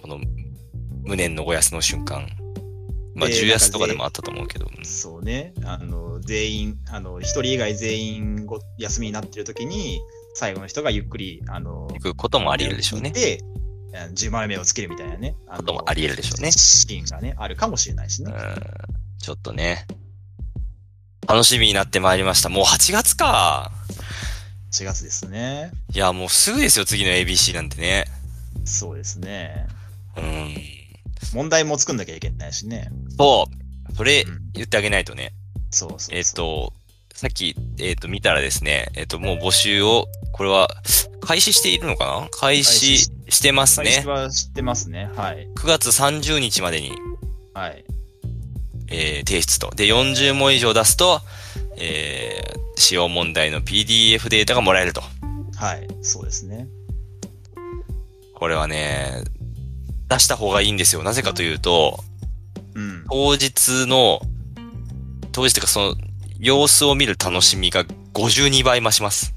Speaker 2: この、無念のごやすの瞬間。まあ、
Speaker 1: えー
Speaker 2: 重やすとかでもあったと思うけど。うん
Speaker 1: そうね。あの、全員、あの、一人以外全員ご休みになってる時に、最後の人がゆっくり、あの、
Speaker 2: 行くこともあり得るでしょうね。
Speaker 1: で、あの10枚目をつけるみたいなね。あの
Speaker 2: こともあり得るでしょうね
Speaker 1: シーンがね、あるかもしれないし
Speaker 2: う
Speaker 1: ね。
Speaker 2: ん。ちょっとね。楽しみになってまいりました。もう8月か。
Speaker 1: 4月ですね。
Speaker 2: いや、もうすぐですよ、次の ABC なんてね。
Speaker 1: そうですね。
Speaker 2: うん。
Speaker 1: 問題も作んなきゃいけないしね。
Speaker 2: そう。それ
Speaker 1: うん、
Speaker 2: 言ってあげないとね。
Speaker 1: そうそうそう。
Speaker 2: えっ、と、さっき、えっ、と、見たらですね、えっ、と、もう募集を、これは、開始しているのかな開始
Speaker 1: 始し
Speaker 2: してます
Speaker 1: 最
Speaker 2: ね
Speaker 1: 初。は知ってますね。はい。
Speaker 2: 9月30日までに、
Speaker 1: はい。
Speaker 2: えー提出と。で、40問以上出すと、えー使用問題の PDF データがもらえると。
Speaker 1: はい。そうですね。
Speaker 2: これはね、出した方がいいんですよ。なぜかというと、
Speaker 1: うん。
Speaker 2: 当日の、当日というかその、様子を見る楽しみが52倍増します。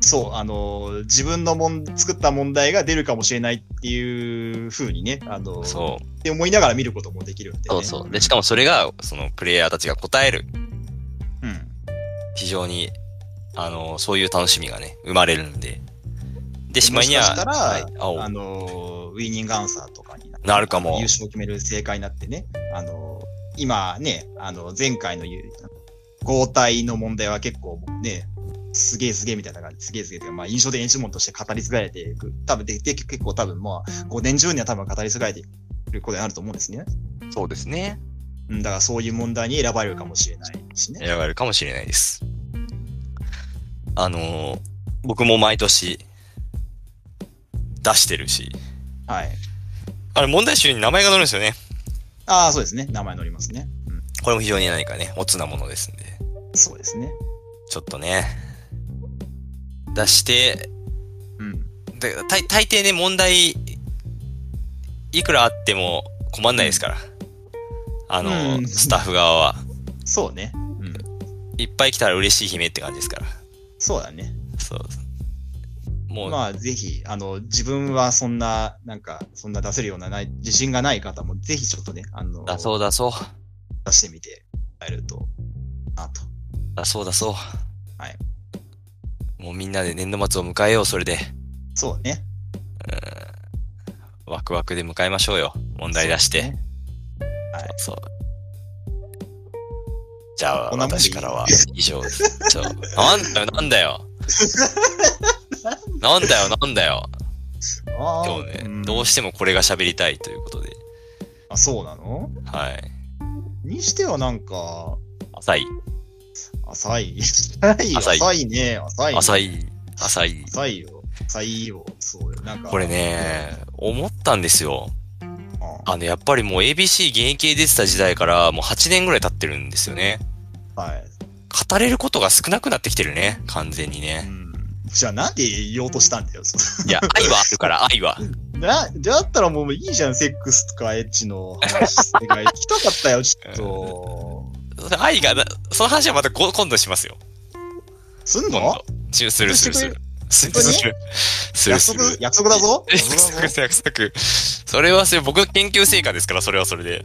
Speaker 1: そう、あのー、自分のもん作った問題が出るかもしれないっていう風にね、あのー、
Speaker 2: そう。
Speaker 1: って思いながら見ることもできるんで、ね。
Speaker 2: そうそう。で、しかもそれが、その、プレイヤーたちが答える。
Speaker 1: うん。
Speaker 2: 非常に、あの、そういう楽しみがね、生まれるんで。で、しま
Speaker 1: も
Speaker 2: い
Speaker 1: し
Speaker 2: には、
Speaker 1: かしたら、
Speaker 2: はい、青
Speaker 1: あのー、ウィニングアンサーとかにな
Speaker 2: なるかも
Speaker 1: 優勝を決める正解になってね、あのー、今ね、あの、前回のゆ合体の問題は結構ね、すげえすげえみたいな感じ、すげえすげえっていうか、まあ、印象的演習問として語り継がれていく。多分で、で、結構多分、まあ、5年、10年は多分語り継がれていくことになると思うんですね。
Speaker 2: そうですね。
Speaker 1: うんだからそういう問題に選ばれるかもしれないしね。
Speaker 2: 選ばれるかもしれないです。あのー僕も毎年出してるし、
Speaker 1: はい。
Speaker 2: あれ問題集に名前が載るんですよね。
Speaker 1: ああ、そうですね。名前載りますね。うん。
Speaker 2: これも非常に何かね、おつなものですんで、
Speaker 1: そうですね。
Speaker 2: ちょっとね、出して、
Speaker 1: うん。
Speaker 2: で大大抵ね、問題、いくらあっても困んないですから。あのー
Speaker 1: うん
Speaker 2: スタッフ側は。
Speaker 1: そうね。うん。
Speaker 2: いっぱい来たら嬉しい悲鳴って感じですから。
Speaker 1: そうだね。
Speaker 2: そう。もう、
Speaker 1: まあ、ぜひ、あの、自分はそんな、なんか、そんな出せるようなない、自信がない方も、ぜひちょっとね、あの、
Speaker 2: だそうだそう。
Speaker 1: 出してみてもらえると、なと。
Speaker 2: だそうだそう。
Speaker 1: はい。
Speaker 2: もうみんなで年度末を迎えよう、それで。
Speaker 1: そうね。
Speaker 2: ワクワクで迎えましょうよ。問題出して。
Speaker 1: そうねはい
Speaker 2: そう。じゃあ、
Speaker 1: こんなもんでいい
Speaker 2: 私からは以上です。ちょなんだよ、なん だよ。なんだよ、なんだよ。
Speaker 1: あ
Speaker 2: 今日ね、どうしてもこれが喋りたいということで。
Speaker 1: あ、そうなの
Speaker 2: はい。
Speaker 1: にしてはなんか、
Speaker 2: 浅い。
Speaker 1: 浅い。浅い。
Speaker 2: 浅い
Speaker 1: 浅いね。浅い、ね。
Speaker 2: 浅い。浅い。
Speaker 1: 浅いよ。浅いよ。そうよ。なんか。
Speaker 2: これね、思ったんですよ。
Speaker 1: あ
Speaker 2: あの、やっぱりもう ABC 現役で出てた時代からもう8年ぐらい経ってるんですよね。
Speaker 1: はい。
Speaker 2: 語れることが少なくなってきてるね。完全に
Speaker 1: う
Speaker 2: ね。
Speaker 1: ん。じゃあなんで言おうとしたんだよ。
Speaker 2: いや、愛はあるから、愛は。
Speaker 1: な、だったらもういいじゃん。セックスとかエッチの話とか。 聞きたかったよ、ちょっと。
Speaker 2: それ愛がな、その話はまたご今度しますよ。
Speaker 1: すん
Speaker 2: 今
Speaker 1: の
Speaker 2: 度。しするするする。する
Speaker 1: 本当に
Speaker 2: する。する
Speaker 1: 約
Speaker 2: す
Speaker 1: 束
Speaker 2: る。
Speaker 1: 約束だ ぞ。
Speaker 2: 約束約束。それはそれ、僕の研究成果ですから、それはそれで。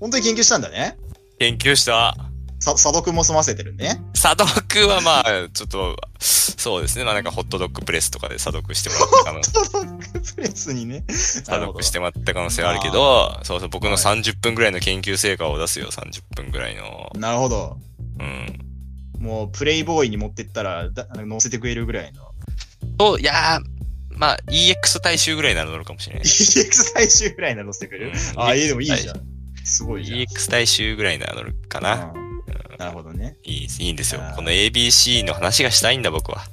Speaker 1: 本当に研究したんだね。
Speaker 2: 研究した。
Speaker 1: さ、査読も済ませてるね。
Speaker 2: 査読はまあ、ちょっと、そうですね。まあなんかホットドッグプレスとかで査読してもらったかな。
Speaker 1: トロックプレスにね。
Speaker 2: 査読してもらった可能性はあるけど、そうそう、僕の30分ぐらいの研究成果を出すよ、30分ぐらいの。
Speaker 1: なるほど。
Speaker 2: うん。
Speaker 1: もうプレイボーイに持ってったら、だあの乗せてくれるぐらいの。
Speaker 2: と、いやー、まあ、EX 大衆ぐらいなら乗るかもしれない。
Speaker 1: EX 最終ぐらいなら乗せてくれる、
Speaker 2: うん
Speaker 1: ああ、いいでもいいじゃん。すごいじゃん。
Speaker 2: EX 大衆ぐらいなら乗るかな。
Speaker 1: うんなるほどね。
Speaker 2: いいいいんですよ
Speaker 1: あー。
Speaker 2: この ABC の話がしたいんだ、僕は。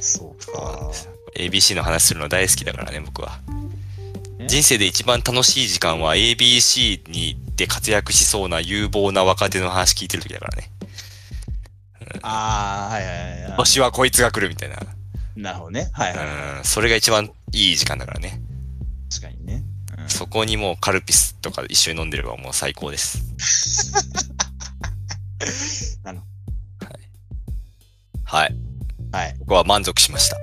Speaker 1: そうか。
Speaker 2: ABC の話するの大好きだからね、僕は
Speaker 1: ね。
Speaker 2: 人生で一番楽しい時間は ABC にで活躍しそうな有望な若手の話聞いてる時だからね。
Speaker 1: ああ、はいはいはい
Speaker 2: 今年はこいつが来るみたいな。。
Speaker 1: なるほどね。はいはい。
Speaker 2: うん、それが一番いい時間だからね。
Speaker 1: 確かにね。うん
Speaker 2: そこにもうカルピスとか一緒に飲んでればもう最高です。
Speaker 1: なるほ
Speaker 2: はい。
Speaker 1: どはい。
Speaker 2: 僕は満足しました。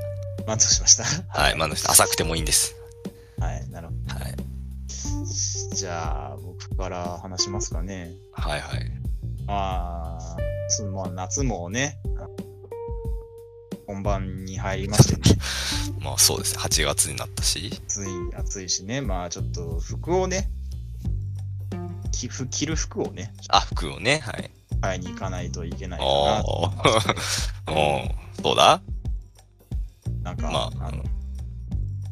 Speaker 1: 満足しました。
Speaker 2: はい、満足した。浅くてもいいんです。
Speaker 1: はい。なるほど。
Speaker 2: はい。
Speaker 1: じゃあ、僕から話しますかね。
Speaker 2: はいはい。
Speaker 1: まあ、そのまあ夏もね、本番に入りましてね。
Speaker 2: まあそうですね。8月になったし。
Speaker 1: 暑い、暑いしね、まあちょっと服をね、きふ着る服をね、
Speaker 2: あ、服をね。はい。
Speaker 1: 買いに行かないといけないかなと
Speaker 2: おー。おー。そうだ
Speaker 1: なんか、
Speaker 2: まあ
Speaker 1: あ、の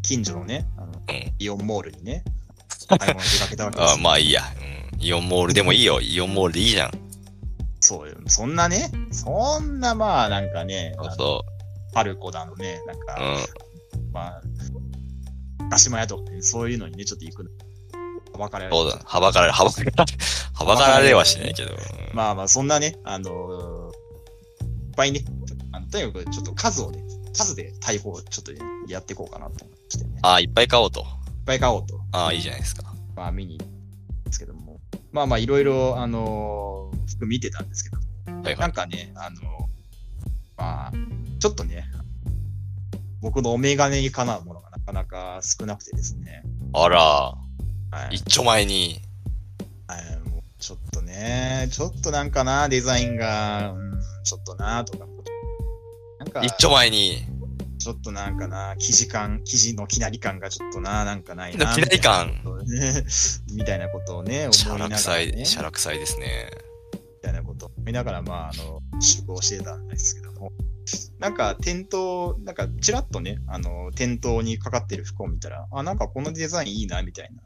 Speaker 1: 近所のねあの、
Speaker 2: ん
Speaker 1: イオンモールに ね、買い物に出かけたわけで
Speaker 2: あ
Speaker 1: すよ。
Speaker 2: まあいいや、うん。イオンモールでもいいよ。イオンモールでいいじゃん。
Speaker 1: そうよ、そんなね、そんなまあなんかね、
Speaker 2: そう
Speaker 1: あの
Speaker 2: そ
Speaker 1: パルコだのね、なん
Speaker 2: う。う
Speaker 1: か、
Speaker 2: ん。
Speaker 1: まあ、高島屋とかね、そういうのにね、ちょっと行くの。はばかられる
Speaker 2: そうだ。はばかられ、はばかられ、はばかられはしないけど。ま
Speaker 1: まあまあ、そんなね、あのーいっぱいね、あのとにかくちょっと数をね、数で逮捕をちょっとね、やっていこうかなと思いましてね、いっ
Speaker 2: ああ、いっぱい買おうと。
Speaker 1: ぱい買おうと、
Speaker 2: ああ、いいじゃないですか。
Speaker 1: まあ見に行ったんですけども、まあまあいろいろ、あのー服見てたんですけども、
Speaker 2: はいは
Speaker 1: ないん。かね、あのーまあ、ちょっとね、僕のお眼鏡にかなうものがなかなか少なくてですね、
Speaker 2: あら、
Speaker 1: はい
Speaker 2: 一。丁前に。
Speaker 1: はいもうちょっとね、ちょっとなんかな、デザインが、うん、ちょっとな、とか。なんか、
Speaker 2: 一丁前に。
Speaker 1: ちょっとなんかな、生地感、生地のきなり感がちょっとな、なんかないな。
Speaker 2: きなり感
Speaker 1: みたいなことをねみたいなことをね、
Speaker 2: シ
Speaker 1: 思
Speaker 2: ャ
Speaker 1: いな
Speaker 2: ラく
Speaker 1: が
Speaker 2: さ
Speaker 1: ら、
Speaker 2: い、
Speaker 1: ね、
Speaker 2: シャラくさいですね。
Speaker 1: みたいなことを見ながら、まあ、あの、集合してたんですけども、なんか店頭、なんかちらっとね、あの、店頭にかかってる服を見たら、あ、なんかこのデザインいいな、みたいな。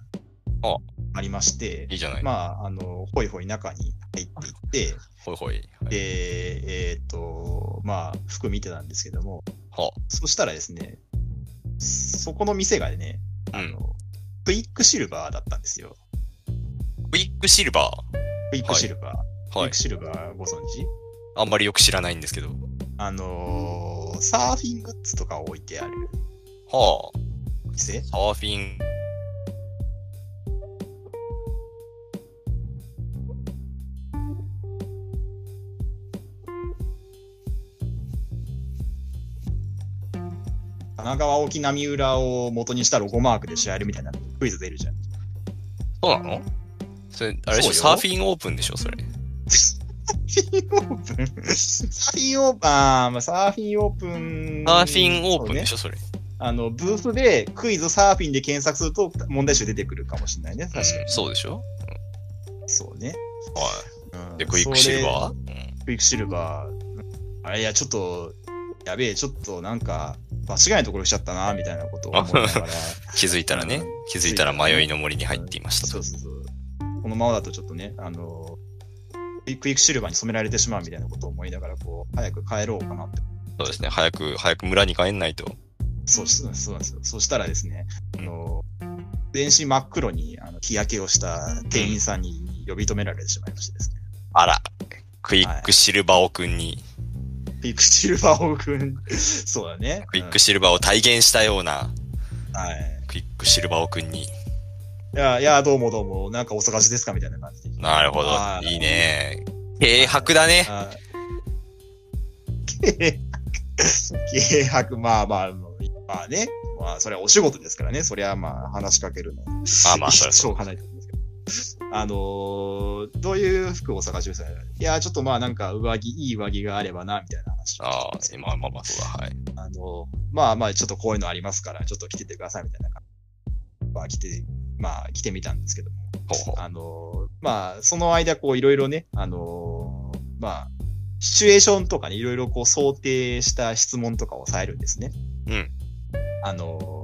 Speaker 2: あ
Speaker 1: ありまして、
Speaker 2: いいじゃない。
Speaker 1: まあ、あの、ほいほい中に入っていって、
Speaker 2: ほいほい。はい
Speaker 1: で、えっ、と、まあ、服見てたんですけども、
Speaker 2: は
Speaker 1: そしたらですね、そこの店がね、あ
Speaker 2: うん
Speaker 1: の、クイックシルバーだったんですよ。
Speaker 2: クイックシルバ
Speaker 1: クイックシルバー。
Speaker 2: ー。
Speaker 1: クイ
Speaker 2: は
Speaker 1: ッ
Speaker 2: い
Speaker 1: ク。シルバーご存知
Speaker 2: あんまりよく知らないんですけど。
Speaker 1: あのーサーフィングッズとか置いてある
Speaker 2: はあ。
Speaker 1: 店
Speaker 2: サーフィン。
Speaker 1: 神奈川沖浪浦を元にしたロゴマークで試合るみたいなクイズ出るじゃん。
Speaker 2: そうなのそれ、あれでし
Speaker 1: そ
Speaker 2: ょ、
Speaker 1: う
Speaker 2: サー
Speaker 1: よ
Speaker 2: フィンオープンでしょ、それ。
Speaker 1: サーフィンオープンサーフィンオープン、あーまあ、サーフィンオープン。
Speaker 2: サーフィンオープン
Speaker 1: そうね
Speaker 2: でしょ、それ。
Speaker 1: あの、ブースでクイズサーフィンで検索すると問題集出てくるかもしれないね。確か
Speaker 2: うんそうでしょ
Speaker 1: に。そうね。
Speaker 2: は
Speaker 1: うん
Speaker 2: い。で、クイックシル
Speaker 1: それ
Speaker 2: バーうん
Speaker 1: クイックシルバー。あれ、いや、ちょっと、やべえ、ちょっとなんか、間違いないところ来ちゃったな、みたいなことを思いな がら。
Speaker 2: 気づいたらね、気づいたら迷いの森に入っていました
Speaker 1: そ
Speaker 2: と
Speaker 1: う。そうそう。このままだとちょっとね、あの、クイクイックシルバーに染められてしまうみたいなことを思いながら、こう、早く帰ろうかなって。
Speaker 2: そうですね、早く、早く村に帰んないと。
Speaker 1: そうそうそうなんですよ。そしたらですね、あの、全身真っ黒にあの日焼けをした店員さんに呼び止められてしまいましてですね。
Speaker 2: あら、クイックシルバーを君に、
Speaker 1: クイックシルバーを君、そうだね。
Speaker 2: クイック
Speaker 1: シ
Speaker 2: シルバーを体現したような、
Speaker 1: ルバー。はい。
Speaker 2: クイックシルバーを君に。
Speaker 1: いや、いや、どうもどうも、なんかお探しですかみたいな感じで。
Speaker 2: なるほど
Speaker 1: あ、ー
Speaker 2: いいね。軽薄だね。
Speaker 1: あ軽薄 軽薄、まあまあ、まあね、まあ、それはお仕事ですからね、そりゃまあ、話しかけるの。
Speaker 2: まあまあ、そりゃ
Speaker 1: し
Speaker 2: そ
Speaker 1: ょ
Speaker 2: う
Speaker 1: うがないと思うんですけど。あのーどういう服をお探しですかいや、ちょっとまあ、なんか、上着、いい上着があればな、みたいな話をして
Speaker 2: あ
Speaker 1: たん
Speaker 2: あ
Speaker 1: です、けど。
Speaker 2: 今、まあまあ、そうだ、はい。
Speaker 1: あの、まあまあ、ちょっとこういうのありますから、ちょっと着ててくださいみたいな感じでまあ、着て、まあ、着てみたんですけども、
Speaker 2: ほうほう。
Speaker 1: あの、まあ、その間、こう、いろいろね、あの、まあ、シチュエーションとかね、いろいろこう、想定した質問とかをされるんですね。
Speaker 2: うん。
Speaker 1: あの、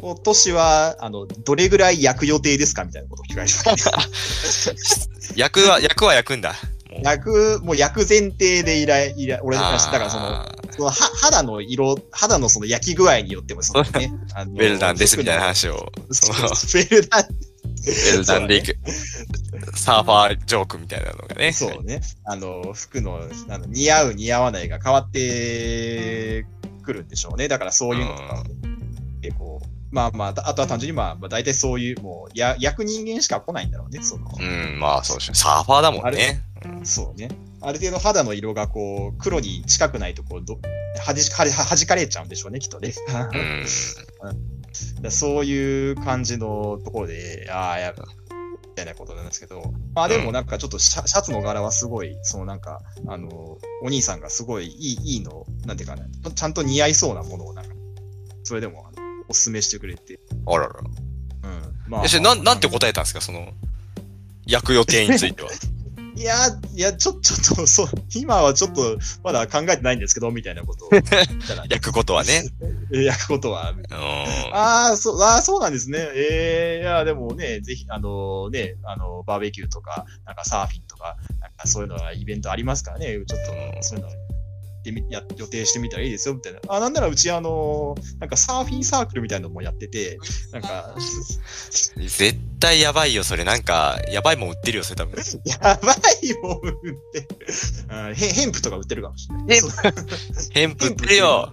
Speaker 1: 今年は、あの、どれぐらい焼く予定ですかみたいなことを聞かれ て
Speaker 2: 役は、役は焼くんだ。もう
Speaker 1: 焼く、もう焼く前提で依頼、依頼、俺の話、だからその、
Speaker 2: あー
Speaker 1: そのは肌の色、肌のその焼き具合によっても、そのね、あの
Speaker 2: ウェルダンですみたいな話を、
Speaker 1: そうそうウェルダン、
Speaker 2: ウェルダンでいく、サーファージョークみたいなのがね。
Speaker 1: そうね、あの、服のあの似合う、似合わないが変わってくるんでしょうね。だからそういうのとかも、結構、まあまあ、あとは単純にまあ、まあ、大体そういう、もう、や焼く人間しか来ないんだろうね、その、
Speaker 2: うん、まあそうでしょ。サーファーだもんね。
Speaker 1: そうね。ある程度肌の色がこう、黒に近くないと、こう、どはじはじはじかれちゃうんでしょうね、きっとね。
Speaker 2: うん。
Speaker 1: だからそういう感じのところで、ああ、やっぱ、みたいなことなんですけど、まあでもなんかちょっとシャシャツの柄はすごい、そのなんか、あの、お兄さんがすごいいい、いいのを、なんていうかな、ちゃんと似合いそうなものをなんか、それでもあのお勧めしてくれて、
Speaker 2: あらら。
Speaker 1: うん。ま
Speaker 2: え、それなん、なんて答えたんですかその、焼く予定につい ては。、
Speaker 1: いや、いや、ちょ、ちょっと、そう、今はちょっと、まだ考えてないんですけど、みたいなことを言ったら
Speaker 2: 焼くことはね。
Speaker 1: 焼くことは、
Speaker 2: うん。
Speaker 1: ああ、そう、ああ、そうなんですね。ええいや、でもね、ぜひ、あのね、あのバーベキューとか、なんかサーフィンとか、なんかそういうのはイベントありますからね、ちょっ
Speaker 2: うん
Speaker 1: と、そういうのでみや予定してみたらいいですよ、みたいな。あ、なんならうち、あのなんかサーフィンサークルみたいなのもやってて、なん か、
Speaker 2: 絶対やばいよ、それ。なんか、やばいもん売ってるよ、それ 多分。
Speaker 1: やばいもん売って、あへヘンプとか売ってるかもしれない。
Speaker 2: ヘンプ
Speaker 1: そう
Speaker 2: ヘンプ売ってるよ。。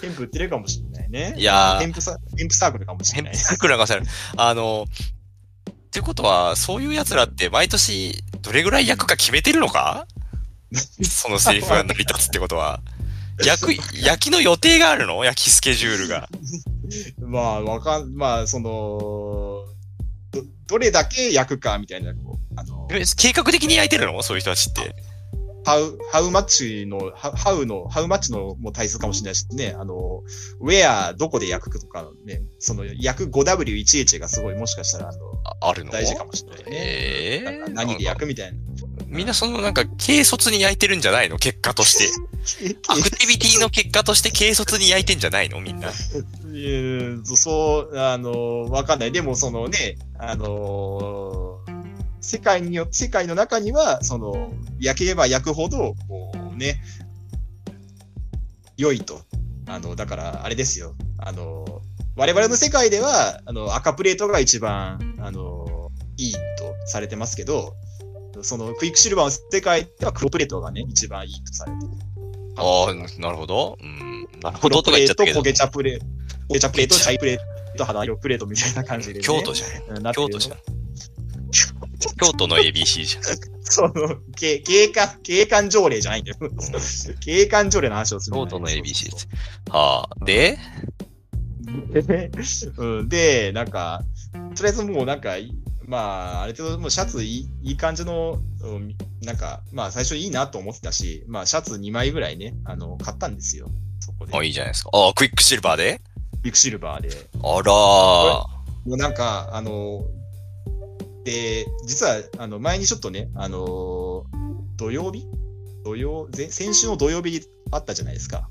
Speaker 1: ヘンプ売ってるかもしれないね。
Speaker 2: いや
Speaker 1: ヘ
Speaker 2: ー、
Speaker 1: ンプサヘンプサークルかもし
Speaker 2: ヘ
Speaker 1: れ
Speaker 2: ン
Speaker 1: ない
Speaker 2: プ。サークルなんかさ、あの、ってことは、そういう奴らって毎年、どれぐらい焼くか決めてる のかそのセリフが成り立つってことは。焼く、焼きの予定があるの焼きスケジュールが。
Speaker 1: まあ、わかん、まあ、その、どどれだけ焼くかみたいな、こう、あの、
Speaker 2: 計画的に焼いてるのそういう人たちって。
Speaker 1: ハウ、ハウマッチの、ハハウの、ハウマッチのもう体数かもしれないしね、あの、ウェア、どこで焼くとかね、その、焼く 5W1H がすごい、もしかしたら、あの、
Speaker 2: ああるの
Speaker 1: 大事かもしれないね。
Speaker 2: ええ
Speaker 1: なんか何で焼くみたいな。
Speaker 2: みんなそのなんか、軽率に焼いてるんじゃないの結果 として。アクティビティの結果として軽率に焼いてんじゃないのみんな。
Speaker 1: いやそう、あの、わかんない。でも、そのね、あの世界によ、世界の中には、その、焼ければ焼くほど、こうね、良いと。あの、だから、あれですよ。あの、我々の世界では、あの、赤プレートが一番、あの、いいとされてますけど、その、クイックシルバーの世界では黒プレートがね、一番いいとされてる。
Speaker 2: ああ、なるほど。うん。なるほ
Speaker 1: 黒
Speaker 2: どと
Speaker 1: プ
Speaker 2: か言
Speaker 1: レ
Speaker 2: っちゃ
Speaker 1: ー
Speaker 2: った
Speaker 1: ト、
Speaker 2: けど
Speaker 1: 焦。げ茶プレート、焦げ茶プレート、茶いプレート、肌色プレートみたいな感じで、ね。
Speaker 2: 京都じゃん。
Speaker 1: うんなってる
Speaker 2: 京都じゃん。京都の ABC じゃん。
Speaker 1: その、け景観、景観条例じゃないんだよ。景観条例の話をするん
Speaker 2: 京
Speaker 1: だ
Speaker 2: 都
Speaker 1: よ
Speaker 2: の
Speaker 1: ね。
Speaker 2: ABC です。はあ。で、
Speaker 1: そうそううんで、なんか、とりあえずもうなんか、いまあ、ある程度、もうシャツいいいい感じの、うんなんか、まあ最初いいなと思ってたし、まあシャツ2枚ぐらいね、あの、買ったんですよ。そこで。
Speaker 2: あいいじゃないですか。ああ、クイックシルバーで
Speaker 1: ビッグシルバーで。
Speaker 2: あら
Speaker 1: もうなんか、あの、で、実は、あの、前にちょっとね、あの、土曜日土曜、前先週の土曜日にあったじゃないですか。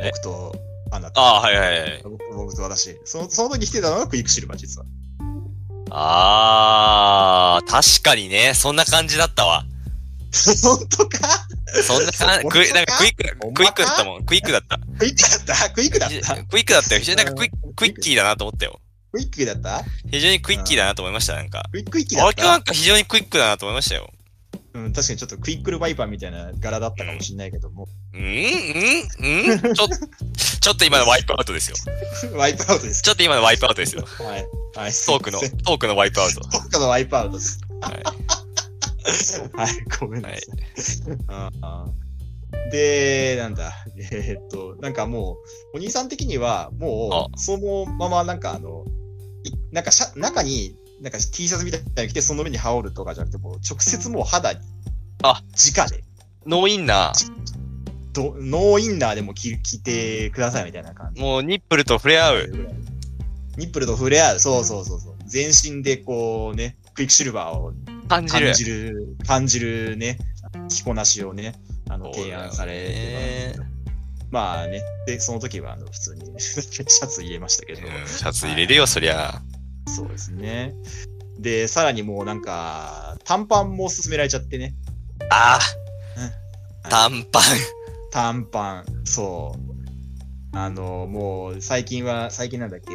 Speaker 2: え
Speaker 1: 僕と、あな
Speaker 2: あ
Speaker 1: た。
Speaker 2: ああ、はいはいはい。
Speaker 1: 僕僕と私。その、その時来てたのがクイックシルバー、実は。
Speaker 2: ああ、確かにね。そんな感じだったわ。
Speaker 1: 本当か
Speaker 2: そんな感
Speaker 1: そ
Speaker 2: じ。
Speaker 1: う
Speaker 2: クイなんかクイッ
Speaker 1: ほんまか
Speaker 2: ク、クイックだったもん。クイックだった。
Speaker 1: クイックだったクイックだった
Speaker 2: クイックだったよ。非常になんかクイックイッキーだなと思ったよ。
Speaker 1: クイックだった
Speaker 2: 非常にクイッキーだなと思いました、なんか。
Speaker 1: クイックイッキーだ
Speaker 2: あ
Speaker 1: っ
Speaker 2: 今日な
Speaker 1: た
Speaker 2: んか非常にクイックだなと思いましたよ。
Speaker 1: うん、確かにちょっとクイックルワイパーみたいな柄だったかもしれないけども。
Speaker 2: うんうんうんちょ、ちょっと今のワイプアウトですよ。
Speaker 1: ワイプアウトです
Speaker 2: ちょっと今のワイプアウトですよ。
Speaker 1: かはい。はい。
Speaker 2: トー クの、トークのワイプアウト。
Speaker 1: どっかのワイプアウトです。
Speaker 2: はい
Speaker 1: はい、ごめんなさい。あーで、なんだ、えーっと、なんかもう、お兄さん的には、もう、そのまま、なんかあの、いなんかシャ中に、なんか T シャツみたいなの着て、その上に羽織るとかじゃなくて、もう直接もう肌に、
Speaker 2: あ
Speaker 1: 直で、
Speaker 2: ノーインナ
Speaker 1: どノーインナーでも着着てくださいみたいな感
Speaker 2: ー。
Speaker 1: じ。
Speaker 2: もうニップルと触れ合う。
Speaker 1: ニップルと触れ合う、そうそうそうそう。全身でこうね、クイックシルバーを
Speaker 2: 感じる。
Speaker 1: 感じる、感じるね、着こなしをね、あの、提案されてます
Speaker 2: ね。
Speaker 1: まあね、で、その時は、あの、普通に シャツ入れましたけど、
Speaker 2: うんシャツ入れるよ、そりゃ。
Speaker 1: そうですね。で、さらにもうなんか、短パンも勧められちゃってね。
Speaker 2: あ
Speaker 1: う
Speaker 2: あ
Speaker 1: ん
Speaker 2: 短パン。
Speaker 1: 短パン、そう。あの、もう、最近は、最近なんだっけ、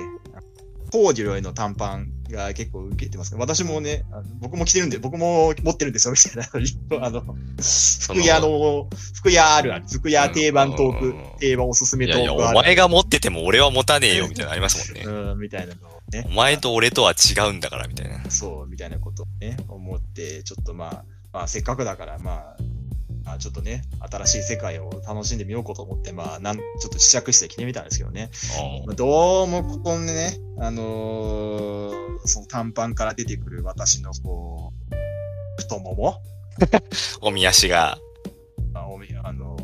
Speaker 1: コーデュロイの短パンが結構受けてますけど、私もね、あの僕も着てるんで、僕も持ってるんですよ、みたいな。あ の、福屋の、福屋あるある、福屋定番トーク、
Speaker 2: うん
Speaker 1: 定番おすすめ
Speaker 2: い
Speaker 1: トー
Speaker 2: や
Speaker 1: クあ
Speaker 2: いや、お
Speaker 1: るある
Speaker 2: 前が持ってても俺は持たねえよ、みたいなのありますもんね。
Speaker 1: うん、みたいなのをね
Speaker 2: お。前と俺とは違うんだから、みたいな。
Speaker 1: そうみたいなことをね思ってちょっとまあ、まあ、せっかくだからまあまあちょっとね新しい世界を楽しんでみようかと思ってまあなんちょっと試着して着てみたんですけどね、まあ、どうもここにねあのーその短パンから出てくる私のこう太もも、
Speaker 2: おみ足が。
Speaker 1: まあ、おみあの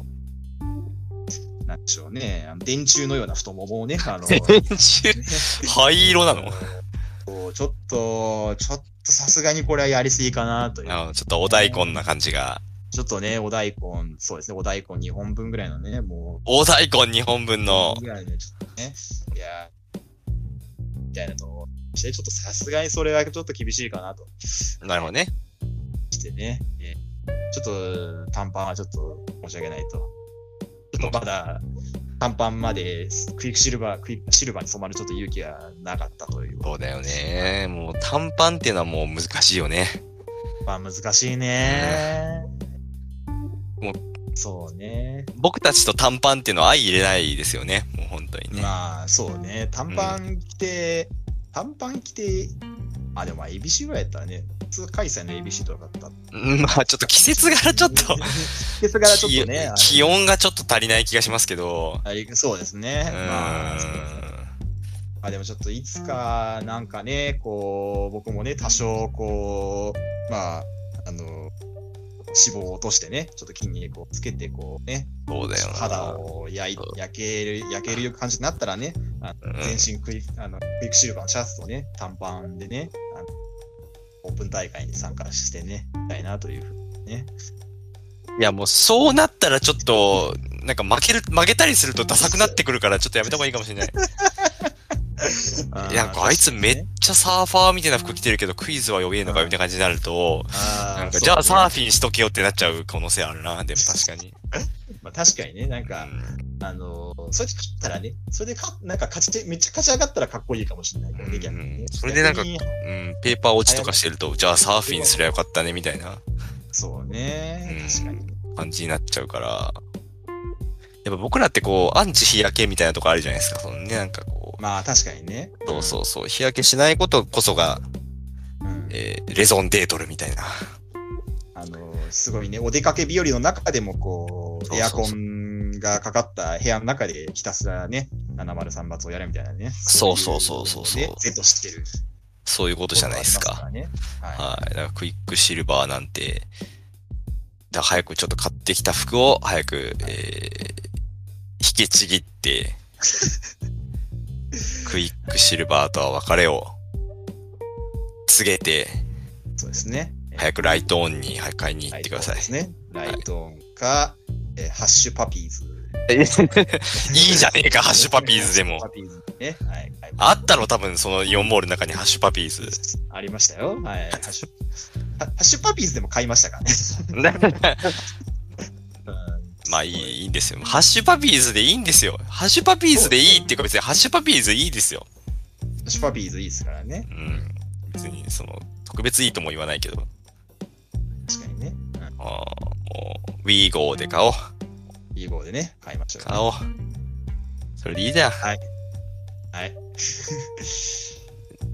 Speaker 1: なんでしょうねあの電柱のような太ももを ねあの
Speaker 2: 灰色なの
Speaker 1: こうちょっとちょっとさすがにこれはやりすぎかなという
Speaker 2: あのちょっとお大根な感じが。
Speaker 1: ちょっとね、お大根、そうですね、お大根2本分ぐらいのね、もう、
Speaker 2: お大根2本分の。
Speaker 1: ぐらいのちょっとね、いやー、みたいなのをして、ちょっとさすがにそれはちょっと厳しいかなと
Speaker 2: なるほどね。
Speaker 1: してね、えーちょっと短パンはちょっと申し訳ないと。ちょっとまだ短パンまでクイックシルバー、クイックシルバーに染まるちょっと勇気がなかったという。
Speaker 2: そうだよね。もう短パンっていうのはもう難しいよね。
Speaker 1: まあ難しいね
Speaker 2: も
Speaker 1: そうね。
Speaker 2: 僕たちと短パンっていうのは相入れないですよね。もう本当にね。
Speaker 1: まあそうね、短パン着て、短パン着て、あ、でもまあ ABC ぐらいやったらね、普通開催の ABC とかだった。。
Speaker 2: うんまあちょっと季節柄 ちょっと
Speaker 1: 季節柄ちょっとね、
Speaker 2: 気気温がちょっと足りない気がしますけど。
Speaker 1: あれそうですね
Speaker 2: う。ーん。
Speaker 1: まあ、まあでもちょっといつかなんかね、こう、僕もね、多少こう、まあ、あの、脂肪を落としてね、ちょっと筋肉をつけて、こうね、
Speaker 2: そうだよな。
Speaker 1: 肌を焼い
Speaker 2: そう
Speaker 1: 焼ける、焼ける感じになったらね、
Speaker 2: うん
Speaker 1: 全身クイ,、あのクイックシルバーのシャツとね、短パンでね、あのオープン大会に参加してね、みたいなというふうにね。
Speaker 2: いや、もうそうなったらちょっと、なんか負ける、負けたりするとダサくなってくるから、ちょっとやめた方がいいかもしれない。
Speaker 1: あー
Speaker 2: いや、なんかあいつめっ、ちゃサーファーみたいな服着てるけど、クイズは弱えのかみたいな感じになると、なんかじゃあサーフィンしとけよってなっちゃう可能性あるな、でも確か
Speaker 1: ィ
Speaker 2: に。
Speaker 1: ン。まあ、確かにね、なんか、あのーそれで勝ったらね、それでか、なんか勝ちて、めっちゃ勝ち上がったらかっこいいかもしれないけどね、逆に
Speaker 2: う
Speaker 1: ね
Speaker 2: ん。それでなんか
Speaker 1: 逆に
Speaker 2: うん、うん、ペーパー落ちとかしてると、じゃあサーフィンすりゃよかったねみたいな
Speaker 1: そうね、
Speaker 2: うん
Speaker 1: 確かに。
Speaker 2: 感じになっちゃうから、やっぱ僕らってこう、アンチ日焼けみたいなとこあるじゃないですか。そのね、なんかこ
Speaker 1: まあ、確かにね。
Speaker 2: う、そうそうそう、日焼けしないことこそが、
Speaker 1: うん
Speaker 2: えーレゾンデートルみたいな。
Speaker 1: あのーすごいね、お出かけ日和の中でも、こう、
Speaker 2: そう
Speaker 1: エ
Speaker 2: そう
Speaker 1: ア
Speaker 2: そう
Speaker 1: コンがかかった部屋の中でひたすらね、703罰をやるみたいなね。
Speaker 2: そうそうそうそうそう
Speaker 1: ね、ゼットしてる。
Speaker 2: そういうことじゃないですか。
Speaker 1: ありますからね。は
Speaker 2: はい。だからクイックシルバーなんて、だから早くちょっと買ってきた服を早く、えー、引きちぎって、クイックシルバーとは別れを告げて、
Speaker 1: い。そうですね。
Speaker 2: 早くライトオンに買いに行ってくださ い。
Speaker 1: ライトですね。ライトオンか、えーハッシュパピーズ。
Speaker 2: いいじゃねえか、ハッシュパピーズでも
Speaker 1: ハ。ッシュパピーズね。はい。買いま
Speaker 2: あ
Speaker 1: し
Speaker 2: ったの多分その4モールの中にハッシュパピーズ。
Speaker 1: たありましたよ。はい。ハッシュハハッシュパピーズでも買いましたからね。うん
Speaker 2: まあいい、いいんですよ。ハッシュパピーズでいいんですよ。ハッシュパピーズでいいっていうか別にハッシュパピーズいいですよ。
Speaker 1: ハッシュパピーズいいですからね。
Speaker 2: うん。別に、その、特別いいとも言わないけど、
Speaker 1: 確かにね。
Speaker 2: あーもう、WeGo で買おう。
Speaker 1: うん。いい号でね、買いましょう。
Speaker 2: 買おう。それでいいじゃん。
Speaker 1: はい。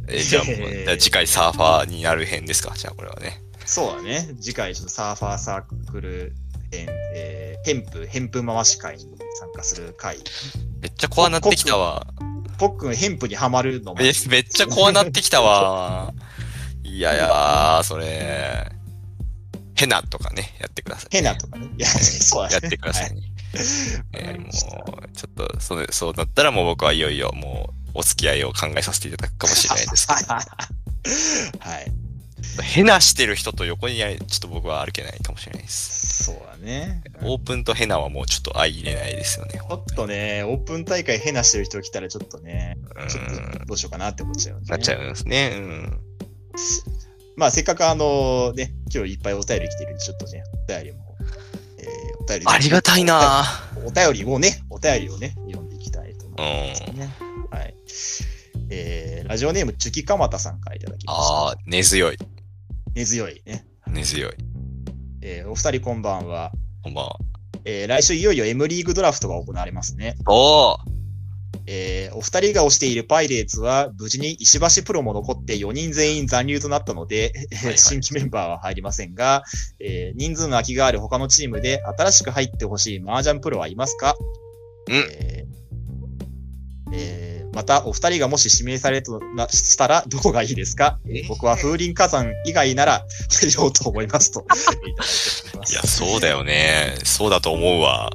Speaker 2: えーじゃあもう、
Speaker 1: へへへ
Speaker 2: じゃあ次回サーファーになる編ですか。じゃあこれはね。
Speaker 1: そうだね。次回、ちょっとサーファーサークル編、えー、ヘンプ、ヘンプ回し会に参加する会。
Speaker 2: めっちゃ怖なってきたわ。
Speaker 1: ポックン、ヘンプにはまるのも。
Speaker 2: めめっちゃ怖なってきたわ。いやいやー、それ、ヘナとかね、やってください。
Speaker 1: ヘナとかね。いや、そう
Speaker 2: や
Speaker 1: だ
Speaker 2: っ
Speaker 1: ね。
Speaker 2: てくださいね。
Speaker 1: はい
Speaker 2: えー
Speaker 1: わかり
Speaker 2: もう、
Speaker 1: ま
Speaker 2: ち
Speaker 1: した
Speaker 2: ょっと、そう、そうなったらもう僕はいよいよ、もう、お付き合いを考えさせていただくかもしれないですけど。
Speaker 1: はい。
Speaker 2: ヘナしてる人と横にやれ、ちょっと僕は歩けないかもしれないです。
Speaker 1: そうだね。
Speaker 2: オープンとヘナはもうちょっと相入れないですよね。
Speaker 1: ちょっとね、オープン大会変なしてる人来たらちょっとね、
Speaker 2: う
Speaker 1: ちょっ
Speaker 2: ん
Speaker 1: と。どうしようかなって思っちゃう、ね。
Speaker 2: なっちゃうんですね。うん。
Speaker 1: まあ、せっかくあの、ね、今日いっぱいお便り来てるんで、ちょっとね、お便りも、えー、お便り
Speaker 2: ありがたいな
Speaker 1: お便りをね、お便りをね、読んでいきたいと思いますね。はい。えー、ラジオネーム、チュキカマタさんからいただきました。
Speaker 2: ああ、根強い。
Speaker 1: 根強いね。
Speaker 2: 根強い。
Speaker 1: えー、お二人こんばんは。
Speaker 2: こんばんは。
Speaker 1: えー、来週いよいよ M リーグドラフトが行われますね。
Speaker 2: おー
Speaker 1: えーお二人が推しているパイレーツは、無事に石橋プロも残って4人全員残留となったので、
Speaker 2: いはい
Speaker 1: 新規メンバーは入りませんが、えー人数の空きがある他のチームで新しく入ってほしい麻雀プロはいますか
Speaker 2: うん
Speaker 1: えーえーまた、お二人がもし指名されたとなしたら、どこがいいですか、えー
Speaker 2: えー
Speaker 1: 僕は風林火山以外なら入ろうと思いますと。いただいておりま
Speaker 2: い
Speaker 1: す
Speaker 2: や、そうだよね。そうだと思うわ。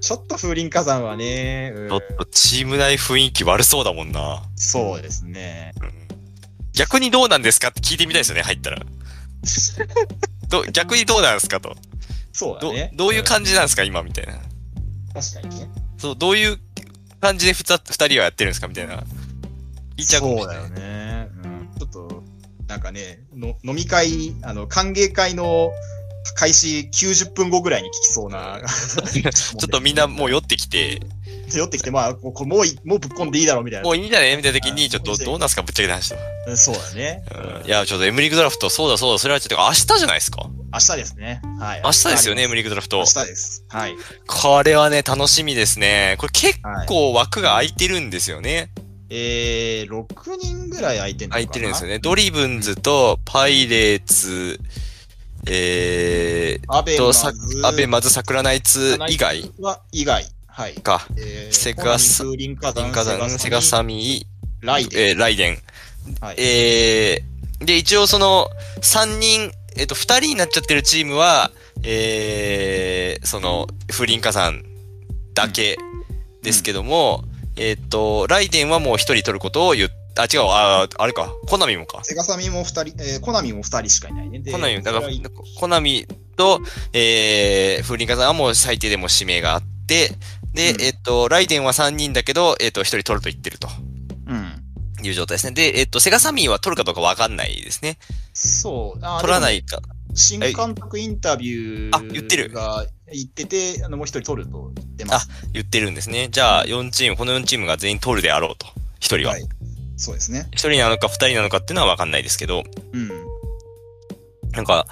Speaker 1: ちょっと風林火山はね、うん
Speaker 2: ちょっとチーム内雰囲気悪そうだもんな。
Speaker 1: そうですね。
Speaker 2: うん逆にどうなんですかって聞いてみたいですよね、入 ったら。ど逆にどうなんですかと。
Speaker 1: そうだ
Speaker 2: ど
Speaker 1: ね。
Speaker 2: どういう感じなんですか、今みたいな。
Speaker 1: 確かにね。
Speaker 2: そう、どういう感じでふた二人はやってるんですかみたいな。聞いちゃうかも
Speaker 1: そう
Speaker 2: しれ
Speaker 1: だよ
Speaker 2: ない。
Speaker 1: ね。うん、ちょっと、なんかね、の飲み会、あの、歓迎会の開始90分後ぐらいに聞きそうな。ち
Speaker 2: ちょっとみんなもう酔ってきて、
Speaker 1: 寄ってきて、まあ、ここもうい、もうぶっ込んでいいだろうみたいな
Speaker 2: も。ういいんじゃねみたいな時
Speaker 1: う
Speaker 2: に、
Speaker 1: ん
Speaker 2: ちょっとどうなんすかぶっちゃけた話と。
Speaker 1: うんそうだね。
Speaker 2: うんいや、ちょっとエムリーグドラフト、そうだそうだ、それはちょっと明日じゃないですか
Speaker 1: 明日ですね。はい。
Speaker 2: 明日ですよね、エムリーグドラフ
Speaker 1: 明
Speaker 2: ト。
Speaker 1: 日です。はい。
Speaker 2: これはね、楽しみですね。これ結構枠が空いてるんですよね。
Speaker 1: えー、6人ぐらい空いてる
Speaker 2: 空いてるんですよ
Speaker 1: ね。
Speaker 2: ね。ドリブンズと、パイレーツ、え
Speaker 1: アベマ
Speaker 2: ー、と、
Speaker 1: ズ
Speaker 2: さ、アベマズ、桜ナイツ以外
Speaker 1: は以外。はい。
Speaker 2: か。
Speaker 1: えー、
Speaker 2: セガサ
Speaker 1: コナミ風林火
Speaker 2: リン
Speaker 1: 山、
Speaker 2: カザン、セガサ
Speaker 1: ミ、
Speaker 2: ミ、
Speaker 1: ライデ
Speaker 2: えー、ライデン。
Speaker 1: ン。はい。
Speaker 2: えー、で、一応その、3人、えっ、と、2人になっちゃってるチームは、えー、その、風林火山だけですけども、えっ、と、ライデンはもう1人取ることを言っあ、違う、あ、あれか。コナミもか。
Speaker 1: セガサミも二人、えーコナミも二人しかいないね。で
Speaker 2: コナミ、だから
Speaker 1: それは、
Speaker 2: コナミと、えー、風林火山はもう最低でも指名があって、で、
Speaker 1: うん
Speaker 2: えっと、ライデンは3人だけど、えっと、1人取ると言ってると
Speaker 1: うん。
Speaker 2: いう状態ですね。で、えっと、セガサミーは取るかどうかわかんないですね。
Speaker 1: そう。あー
Speaker 2: 取らな
Speaker 1: で
Speaker 2: いか。
Speaker 1: も新監督インタビュー
Speaker 2: あ言ってる
Speaker 1: が言ってて、あのもう一人取ると言ってます。
Speaker 2: 言ってるんですね。じゃあ、4チーム、この4チームが全員取るであろうと。1人は。
Speaker 1: は
Speaker 2: 1
Speaker 1: い。そうですね。
Speaker 2: 人なのか2人なのかっていうのはわかんないですけど、
Speaker 1: うん。
Speaker 2: なんか、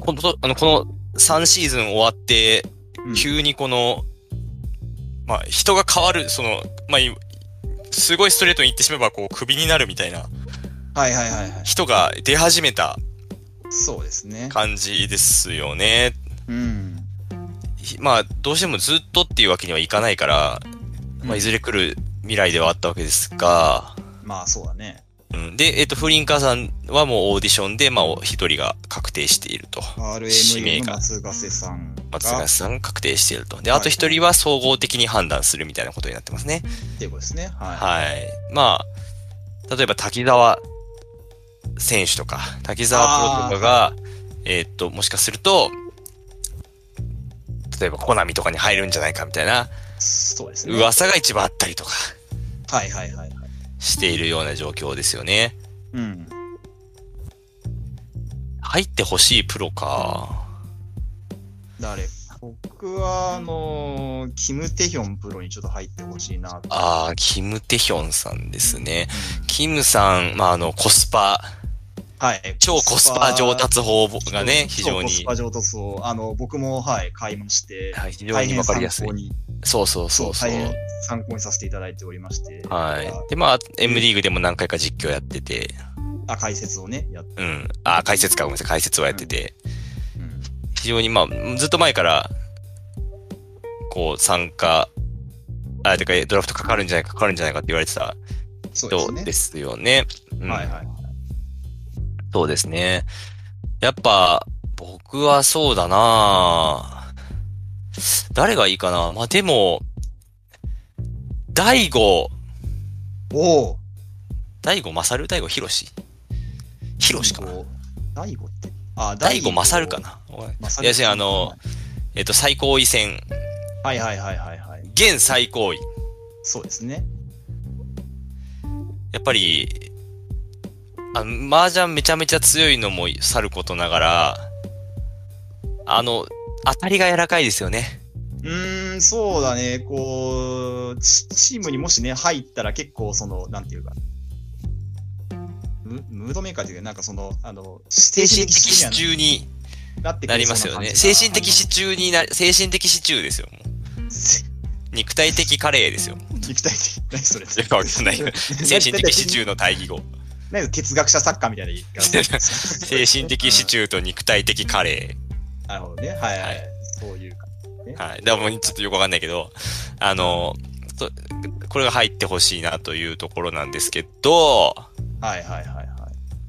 Speaker 2: この、あの、この3シーズン終わって、
Speaker 1: うん
Speaker 2: 急にこの、まあ、人が変わる、その、まあ、いすごいストレートに行ってしまえば、こう、クビになるみたいな
Speaker 1: はいはいはいはい。
Speaker 2: 人が出始めた
Speaker 1: そうですね。
Speaker 2: 感じですよね。
Speaker 1: うん。
Speaker 2: ひまあ、どうしてもずっとっていうわけにはいかないから、まあ、いずれ来る未来ではあったわけですが、
Speaker 1: まあそうだね。
Speaker 2: うん、で、えっと、フリンカーさんはもうオーディションで、まあ、お一人が確定していると。指名
Speaker 1: RMA の
Speaker 2: が
Speaker 1: 松ヶ瀬さんが
Speaker 2: 松坂さんが確定していると。で、
Speaker 1: はい
Speaker 2: あと一人は総合的に判断するみたいなことになってますね。
Speaker 1: っていうことですね。は。
Speaker 2: はい。まあ、例えば滝沢選手とか、滝沢プロとかが、えーっと、もしかすると、例えばコナミとかに入るんじゃないかみたいない
Speaker 1: そうですね。
Speaker 2: 噂が一番あったりとか
Speaker 1: はいはいはいはい。
Speaker 2: しているような状況ですよね。
Speaker 1: うん。
Speaker 2: 入ってほしいプロか。
Speaker 1: 誰僕は、あのーキム・テヒョンプロにちょっと入ってほしいなと。
Speaker 2: ああ、キム・テヒョンさんですね。キムさん、まあ、あの、コスパ、
Speaker 1: はい。
Speaker 2: 超コスパ上達法がね、
Speaker 1: 超
Speaker 2: 非常に
Speaker 1: 超コス、パ上達を、あの、僕も、はい、買いまして、
Speaker 2: はい非常
Speaker 1: 大
Speaker 2: に
Speaker 1: 変
Speaker 2: わか
Speaker 1: 参
Speaker 2: りやすい
Speaker 1: 考。に、
Speaker 2: そうそうそうそう
Speaker 1: 大。変参考にさせていただいておりまして、
Speaker 2: はい。で、まあ、M リーグでも何回か実況やってて、
Speaker 1: あ、解説をね、やって、
Speaker 2: うん。あ、解説か、ごめんなさい、解説をやってて、
Speaker 1: うん
Speaker 2: 非常にまあ、ずっと前から、こう、参加、あ、てか、ドラフトかかるんじゃないか、かかるんじゃないかって言われてた
Speaker 1: そうです
Speaker 2: 人
Speaker 1: ね。
Speaker 2: ですよね。うん
Speaker 1: はいはい。
Speaker 2: そうですね。やっぱ、僕はそうだなぁ誰がいいかなまあ、でも、大悟、
Speaker 1: おお
Speaker 2: 大悟勝る大悟広し広しかな
Speaker 1: 大悟って。あ、
Speaker 2: 大悟勝るかな
Speaker 1: 勝
Speaker 2: いや、違う、あの、、えっと、最高位戦、
Speaker 1: はいはいはいはいはい。
Speaker 2: 現最高位。
Speaker 1: そうですね。
Speaker 2: やっぱり、あの、麻雀めちゃめちゃ強いのもさることながら、あの、当たりが柔らかいですよね。
Speaker 1: うーん、そうだね。こう、チチームにもしね、入ったら結構、その、なんていうか、ムムードメーカーというか、なんかその、あの、精
Speaker 2: 精神的支柱に
Speaker 1: なってく
Speaker 2: な
Speaker 1: れ
Speaker 2: り
Speaker 1: そう
Speaker 2: ますよ
Speaker 1: 感じ
Speaker 2: ね。
Speaker 1: が
Speaker 2: 精神的支柱にな、精神的支柱ですよ。もう肉体的カレーですよ。
Speaker 1: 肉体的。何それ。
Speaker 2: よくわかんない精神的支柱の対義語。
Speaker 1: なんか哲学者作家みたいな言い方。
Speaker 2: 精神的支柱と肉体的カレー。
Speaker 1: なるほどね。はいは
Speaker 2: はい
Speaker 1: い。そういう感じね。
Speaker 2: はい。でもうちょっとよくわかんないけど、あの、とこれが入ってほしいなというところなんですけど、
Speaker 1: はいはいはいはい。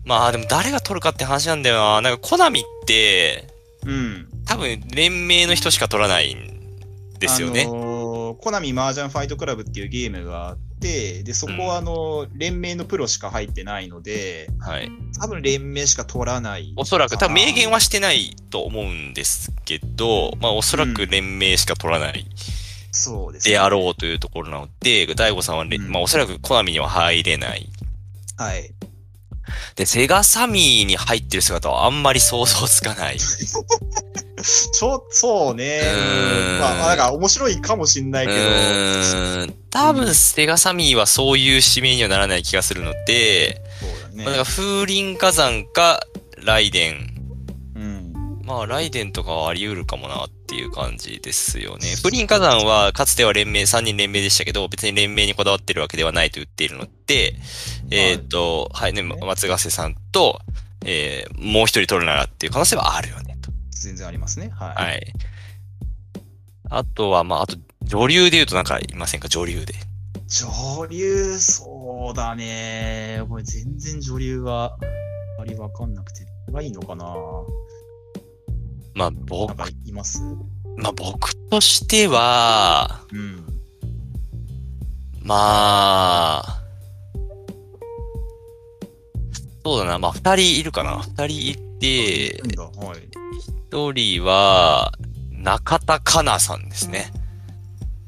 Speaker 2: まあでも誰が取るかって話なんだよな。なんかコナミって、
Speaker 1: うん。
Speaker 2: 多分連盟の人しか取らないんですよね。
Speaker 1: あのーコナミマージャンファイトクラブっていうゲームがあって、で、そこはあのー連盟のプロしか入ってないので、
Speaker 2: はい。
Speaker 1: 多分連盟しか取らない。
Speaker 2: おそらく、多分明言はしてないと思うんですけど、まあおそらく連盟しか取らない
Speaker 1: そうですね。
Speaker 2: であろうというところなので、大悟さんはれ、
Speaker 1: うん
Speaker 2: まあおそらくコナミには入れない。
Speaker 1: はい。
Speaker 2: で、セガサミーに入ってる姿はあんまり想像つ かない。
Speaker 1: ちょ、そうね。
Speaker 2: うーん
Speaker 1: うんまあ、なんか面白いかもしんないけど、
Speaker 2: うーん多分、セガサミーはそういう指名にはならない気がするので、
Speaker 1: そうだね
Speaker 2: まあ、だから。風林火山か、ライデン。
Speaker 1: うん。
Speaker 2: まあ、ライデンとかはあり得るかもなっていう感じですよね。風林火山は、かつては連盟、3人連盟でしたけど、別に連盟にこだわってるわけではないと言っているので、えっ、と、はい、ね、松ヶ瀬さんと、えーもう一人取るならっていう可能性はあるよね、と。
Speaker 1: 全然ありますね。はい。
Speaker 2: はい。あとは、まあ、あと、女流で言うとなんかいませんか女流で。
Speaker 1: 女流、そうだね。これ全然女流があまりわかんなくて、これがいいのかな
Speaker 2: まあ、僕
Speaker 1: なん、かいます
Speaker 2: まあ、僕としては、
Speaker 1: うん。
Speaker 2: まあ、そうだな。まあ、二人いるかな。二人いて、
Speaker 1: なんだはい。
Speaker 2: 一人は、中田香奈さんですね。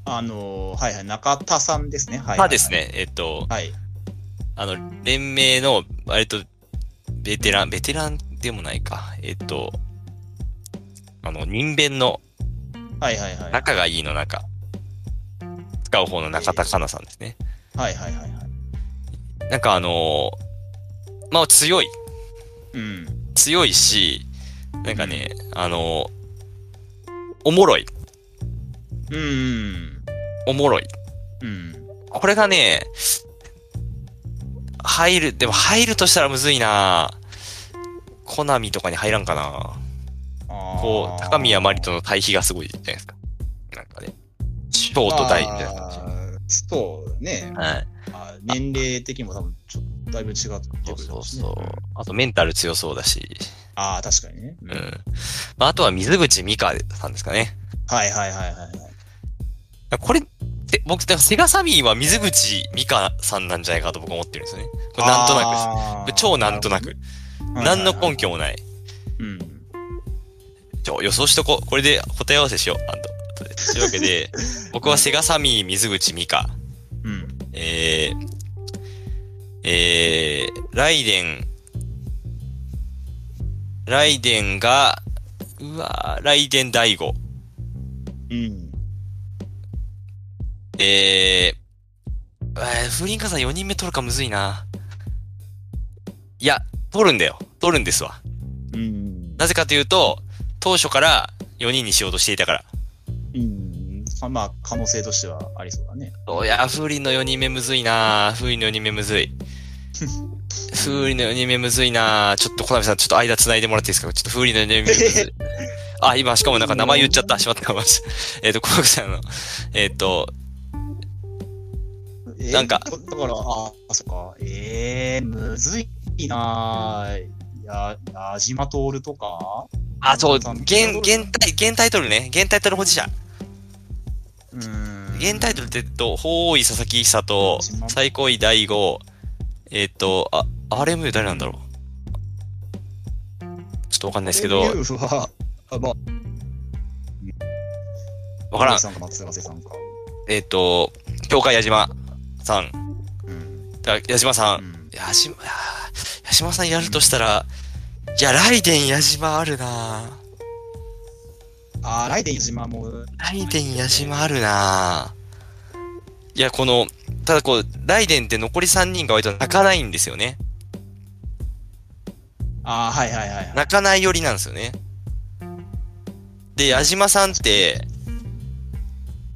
Speaker 1: あのーはいはい、中田さんですね。はい、はい。
Speaker 2: はです。ね、えっと、
Speaker 1: はい。
Speaker 2: あの、連盟の、割と、ベテラン、ベテランでもないか。えっと、あの、人弁の
Speaker 1: はいはいはい。
Speaker 2: 仲がいいの中。使う方の中田香奈さんですね。
Speaker 1: はいはいはいはい。
Speaker 2: なんかあのーまあ強い。
Speaker 1: うん。
Speaker 2: 強いし、なんかね、あのーおもろい。
Speaker 1: うん。
Speaker 2: おもろい。
Speaker 1: うん。
Speaker 2: これがね、入る、でも入るとしたらむずいなコナミとかに入らんかなこう、高宮まりとの対比がすごいじゃないですか。なんかね。ショート大みたいな感じ。
Speaker 1: じ。そうね。
Speaker 2: はい。
Speaker 1: あ年齢的にも多分ちょっとだいぶ違ってくる
Speaker 2: そう
Speaker 1: でし
Speaker 2: そ
Speaker 1: ょ
Speaker 2: う
Speaker 1: しね
Speaker 2: そう。あとメンタル強そうだし。
Speaker 1: ああ、確かにね。
Speaker 2: うん。まあ、あとは水口美香さんですかね。
Speaker 1: はいはいはいはいはい。
Speaker 2: これって、僕、でもセガサミーは水口美香さんなんじゃないかと僕は思ってるんですよね。これなんとなく
Speaker 1: な
Speaker 2: です。超なんとなく。。何の根拠もない。
Speaker 1: うん。
Speaker 2: ちょ、予想しとこう。これで答え合わせしよう。あんと。後でというわけで、僕はセガサミー、水口美香、
Speaker 1: うん。
Speaker 2: えー、えー、ライデン、ライデンが、うわーライデン大悟、
Speaker 1: うん。
Speaker 2: えー、えー、風林火山4人目取るかむずいな。いや、取るんだよ。取るんですわ。
Speaker 1: うん。
Speaker 2: なぜかというと、当初から4人にしようとしていたから。
Speaker 1: うん。まあまあ、可能性としてはありそうだね。
Speaker 2: おや、風鈴の4人目むずいな風鈴の4人目むず い。風鈴の4人目むずいなちょっと、コナミさん、ちょっと間繋いでもらっていいですかちょっと風鈴の4人目むず い。あ、今、しかもなんか名前言っちゃった。しまった、まし えっと、コナミさんの、えっ、と、
Speaker 1: え
Speaker 2: なんか
Speaker 1: だだから、ああ、そっか。ええむずいなぁ。や、矢島徹とか
Speaker 2: あ、そう、現、現タイ、現タイトルね。現タイトル保持者。
Speaker 1: うん。
Speaker 2: 現タイトルって、えっと、法医佐々木久と、最高位大悟、えっ、と、あ、RMU 誰なんだろうちょっとわかんないですけど、
Speaker 1: デビューは、あまあ、
Speaker 2: わからん。
Speaker 1: さんか松坂瀬さんか。
Speaker 2: えっ、と、教会矢島さん。
Speaker 1: うん。
Speaker 2: だ矢島さ。
Speaker 1: うんん
Speaker 2: 矢島、あー矢島さんやるとしたら、いや、ライデン矢島あるな
Speaker 1: ああ、ライデン島も、
Speaker 2: ライデン矢島あるなぁいや、この、ただこう、ライデンって残り3人が割と泣かないんですよね。
Speaker 1: ああ、はいはいはいはい。
Speaker 2: 泣かない寄りなんですよね。で、矢島さんって、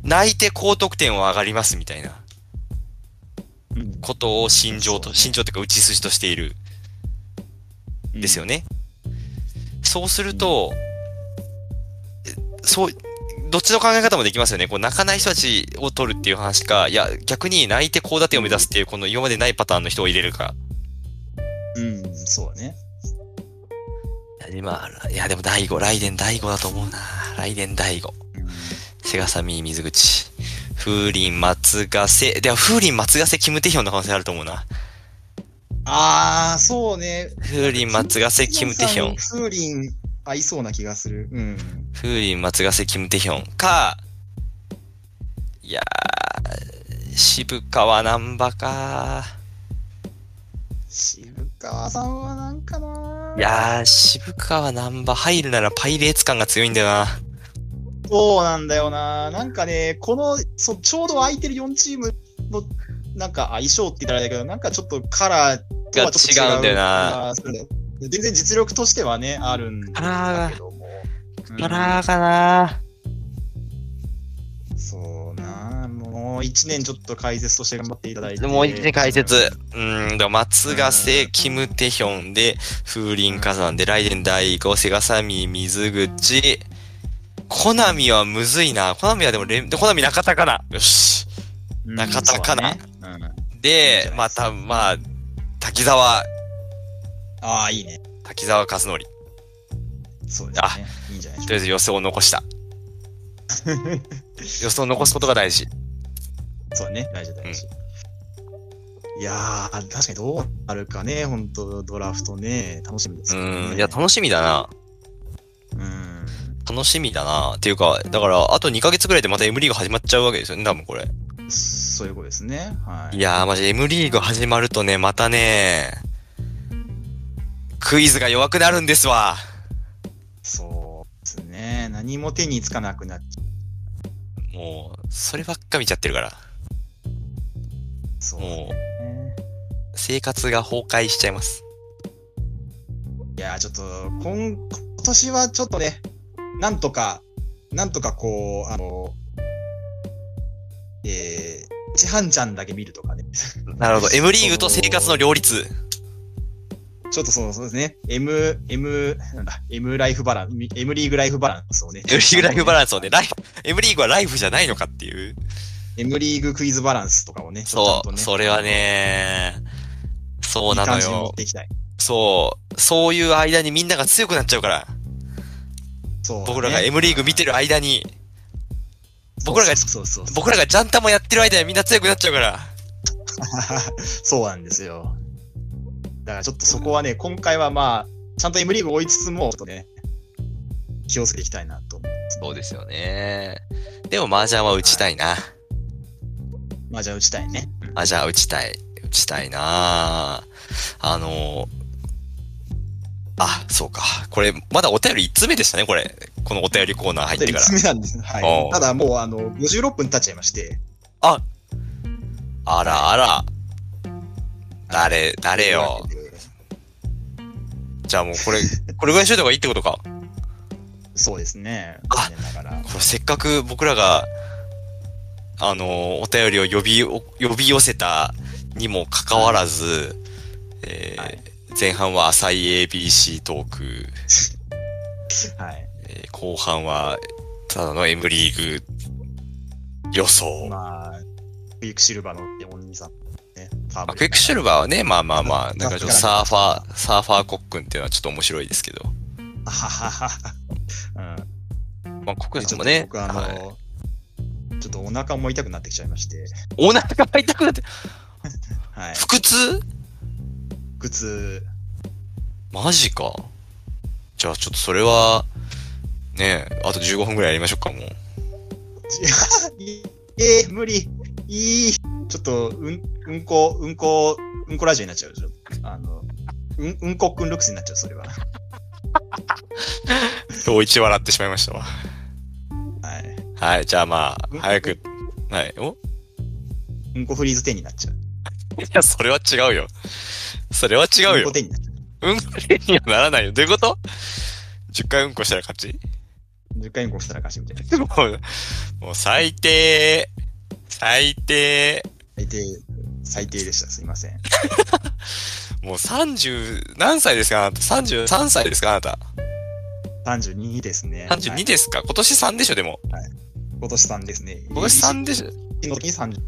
Speaker 2: 泣いて高得点は上がりますみたいな
Speaker 1: うん
Speaker 2: ことを心情と、
Speaker 1: そうね
Speaker 2: 心情というか内筋としている。ですよ
Speaker 1: ね。
Speaker 2: ね。そうすると、えそう、どっちの考え方もできますよね。こう泣かない人たちを取るっていう話か、いや、逆に泣いてこうだてを目指すっていう、この今までないパターンの人を入れるか。
Speaker 1: うん、そうだね。
Speaker 2: いや、今、いや、でも大悟、来年大悟だと思うな。来年大悟。
Speaker 1: うん
Speaker 2: セガサミー水口。風鈴松ヶ瀬。では、風鈴松ヶ瀬キムテヒョンの可能性あると思うな。
Speaker 1: ああ、そうね。
Speaker 2: 風鈴松ヶ瀬キムテヒョン。
Speaker 1: さん風鈴合いそうな気がする。うん。
Speaker 2: 風鈴松ヶ瀬キムテヒョンか、いやー、渋川難波か。
Speaker 1: 渋川さんはなんかない
Speaker 2: いやー、渋川難波入るならパイレーツ感が強いんだよな。
Speaker 1: そうなんだよな。なんかね、このそ、ちょうど空いてる4チームの、なんか相性って言ったらあれだけど、なんかちょっとカラーとはちょっと
Speaker 2: が違うんだよな
Speaker 1: あーそうだよ全然実力としてはね、あるんだけども。うん
Speaker 2: カラーかな
Speaker 1: そうな。もう1年ちょっと解説として頑張っていただいて。
Speaker 2: でもう一年解説。うーんと、松ヶ瀬、キムテヒョンで、風林火山で、ライデン第5、セガサミー、水口。コナミはむずいな。コナミはでも連、でコナミ中田かな。よし。
Speaker 1: うん
Speaker 2: 中田かな
Speaker 1: そうだねうん
Speaker 2: で、また、まあ、滝沢、
Speaker 1: ああ、いいね。
Speaker 2: 滝沢和則。
Speaker 1: そうですね。いいんじゃないで
Speaker 2: とりあえず予想を残 した。
Speaker 1: しょうか。
Speaker 2: 予想を残すことが大事。
Speaker 1: そうね。大事大事。いやー、確かにどうなるかね、本当ドラフトね、楽しみですけ
Speaker 2: う
Speaker 1: どね。
Speaker 2: ん、いや、楽しみだな。
Speaker 1: うん。
Speaker 2: 楽しみだな。っていうか、だから、あと2ヶ月ぐらいでまた M リーグ始まっちゃうわけですよね、多分これ。
Speaker 1: そういうことですね。はい。
Speaker 2: いやー、マジ M リーグ始まるとね、またね、クイズが弱くなるんですわ。
Speaker 1: そうですね。何も手につかなくなっちゃ
Speaker 2: もう、そればっか見ちゃってるから。
Speaker 1: う。そうです
Speaker 2: もう、
Speaker 1: ね。
Speaker 2: 生活が崩壊しちゃいます。
Speaker 1: いやー、ちょっと、今、今年はちょっとね、なんとか、なんとかこう、あの、えー、ちはんちゃんだけ見るとかね。
Speaker 2: なるほど。M リーグと生活の両立。
Speaker 1: ちょっとそうそうですね。M、M、なんだ、M ライフバランス、M リーグライフバランスをね。
Speaker 2: M リーグライフバランスをね、ライフ、M リーグはライフじゃないのかっていう。
Speaker 1: M リーグクイズバランスとかをね。
Speaker 2: そ
Speaker 1: ちゃんと
Speaker 2: う、
Speaker 1: ね
Speaker 2: それはね、そう
Speaker 1: いい
Speaker 2: なの
Speaker 1: 感じに持っ
Speaker 2: よ。
Speaker 1: ていきたい。
Speaker 2: そう、そういう間にみんなが強くなっちゃうから。
Speaker 1: そう、
Speaker 2: 僕らが M リーグ見て
Speaker 1: る。
Speaker 2: る間に、僕らが
Speaker 1: そうそうそうそう。
Speaker 2: 僕らがジャンタもやってる間にみんな強くなっちゃうから。
Speaker 1: そう なんですよ。だからちょっとそこはね、今回はまあ、ちゃんと M リーグ追いつつも、ちょっとね、気をつけていきたいなと。
Speaker 2: そうですよね。でも麻雀は打ちたいな。
Speaker 1: まあじゃあ打ちたいね。うん
Speaker 2: 麻雀打ちたい。打ちたいなあのあ、そうか。これ、まだお便り1つ目でしたね、これ。このお便りコーナー入ってから
Speaker 1: 三。つ目なんですね。は
Speaker 2: お
Speaker 1: い。
Speaker 2: う
Speaker 1: ただもう、あの、56分経っちゃいまして。
Speaker 2: あらあら。誰、誰よ。じゃあもうこれ、これぐらいしといた方がいいってことか。
Speaker 1: そうですね。
Speaker 2: あ
Speaker 1: 残念ながら。
Speaker 2: これせっかく僕らが、あのーお便りを呼びお、呼び寄せたにもかかわらず、えー
Speaker 1: はい
Speaker 2: 前半は浅い ABC トーク、
Speaker 1: はい。
Speaker 2: えー後半はただの M リーグ予想。
Speaker 1: まあ、クイックシルバーのお兄さん、ね。
Speaker 2: まあクイックシルバーはね、まあまあまあ、
Speaker 1: うん
Speaker 2: なんかちょっとサーファー、サーファーコックンっていうのはちょっと面白いですけど。
Speaker 1: あはははは。
Speaker 2: まあ、コック
Speaker 1: うん。
Speaker 2: ン
Speaker 1: ち
Speaker 2: さん
Speaker 1: ょっ
Speaker 2: も
Speaker 1: と
Speaker 2: ね、
Speaker 1: 僕あの、
Speaker 2: はい、
Speaker 1: ちょっとお腹も痛くなってきちゃいまして。
Speaker 2: お腹が痛くなって、
Speaker 1: はい。
Speaker 2: 腹痛
Speaker 1: 腹痛。
Speaker 2: マジか。じゃあちょっとそれは、ねえ、あと15分ぐらいやりましょうか、もう。
Speaker 1: い えー、無理。いい。ちょっと、うん、うんこ、うんこ、うんこラジオになっちゃう。ちょっとあの、うん、うんこっくんルックスになっちゃう、それは。
Speaker 2: 今日一笑ってしまいましたわ。
Speaker 1: はい。
Speaker 2: はい、じゃあまあ
Speaker 1: う、ん
Speaker 2: 早く。はい。お
Speaker 1: うんこフリーズ10になっちゃう。
Speaker 2: いや、それは違うよ。それは違うんよ
Speaker 1: こ。10になっちゃ
Speaker 2: うんこにはならないよ。どういうこと ?10 回うんこしたら勝ち
Speaker 1: う。10回うんこしたらかしみたいな。
Speaker 2: もう、もう最低。最低。
Speaker 1: 最低、最低でした。すいません。
Speaker 2: もう30、何歳ですかあなた ?33 歳ですかあなた
Speaker 1: 32ですね。は
Speaker 2: ?32
Speaker 1: い
Speaker 2: ですか、今年3でしょでも。
Speaker 1: 今年3ですね。
Speaker 2: 今年3でしょ
Speaker 1: の時に30。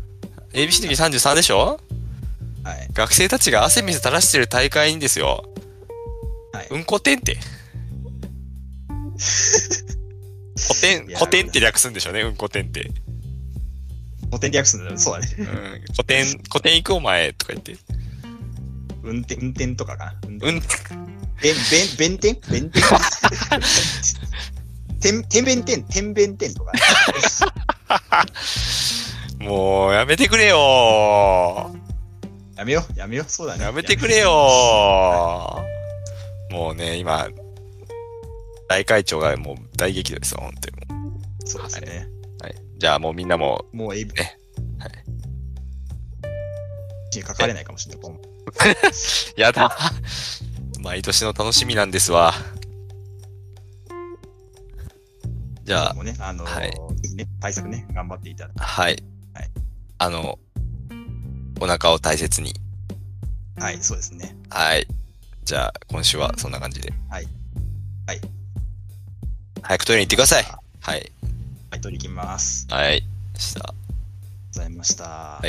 Speaker 2: ?ABC の時33でしょ
Speaker 1: はい。
Speaker 2: 学生たちが汗水垂らしてる大会にですよ。
Speaker 1: はい
Speaker 2: うんこてんって。古典、
Speaker 1: いや
Speaker 2: 古典って略すんでしょうね、うんこてんって。
Speaker 1: 古典略すんだよ。そうだね。
Speaker 2: うん、古典、古典行くお前とか言って。
Speaker 1: 運転、運転とかかな。運
Speaker 2: うん、
Speaker 1: べん、べん、弁天弁 天天、天弁天、天弁天とか。
Speaker 2: もうやめてくれよ
Speaker 1: やめよう、やめよう、そうだね。
Speaker 2: やめてくれよもうね、今、大会長がもう大激怒ですよ、本当に。
Speaker 1: そうですね。
Speaker 2: はい。じゃあもうみんなも
Speaker 1: もう、え、
Speaker 2: ねはい
Speaker 1: にかかれないかもしれない。今後
Speaker 2: う、やだ毎年の楽しみなんですわ。じゃあ、
Speaker 1: もね、あのー、
Speaker 2: はい
Speaker 1: ぜひね、対策ね、頑張っていただ
Speaker 2: はい。
Speaker 1: はい
Speaker 2: あの、お腹を大切に。
Speaker 1: はい、そうですね。
Speaker 2: はい。じゃあ、今週はそんな感じで。
Speaker 1: はい。はい。
Speaker 2: 早くトイレに行ってください
Speaker 1: あ。
Speaker 2: はい。
Speaker 1: はい、取り行きます。あり
Speaker 2: はい。した。
Speaker 1: がとうございました。
Speaker 2: はい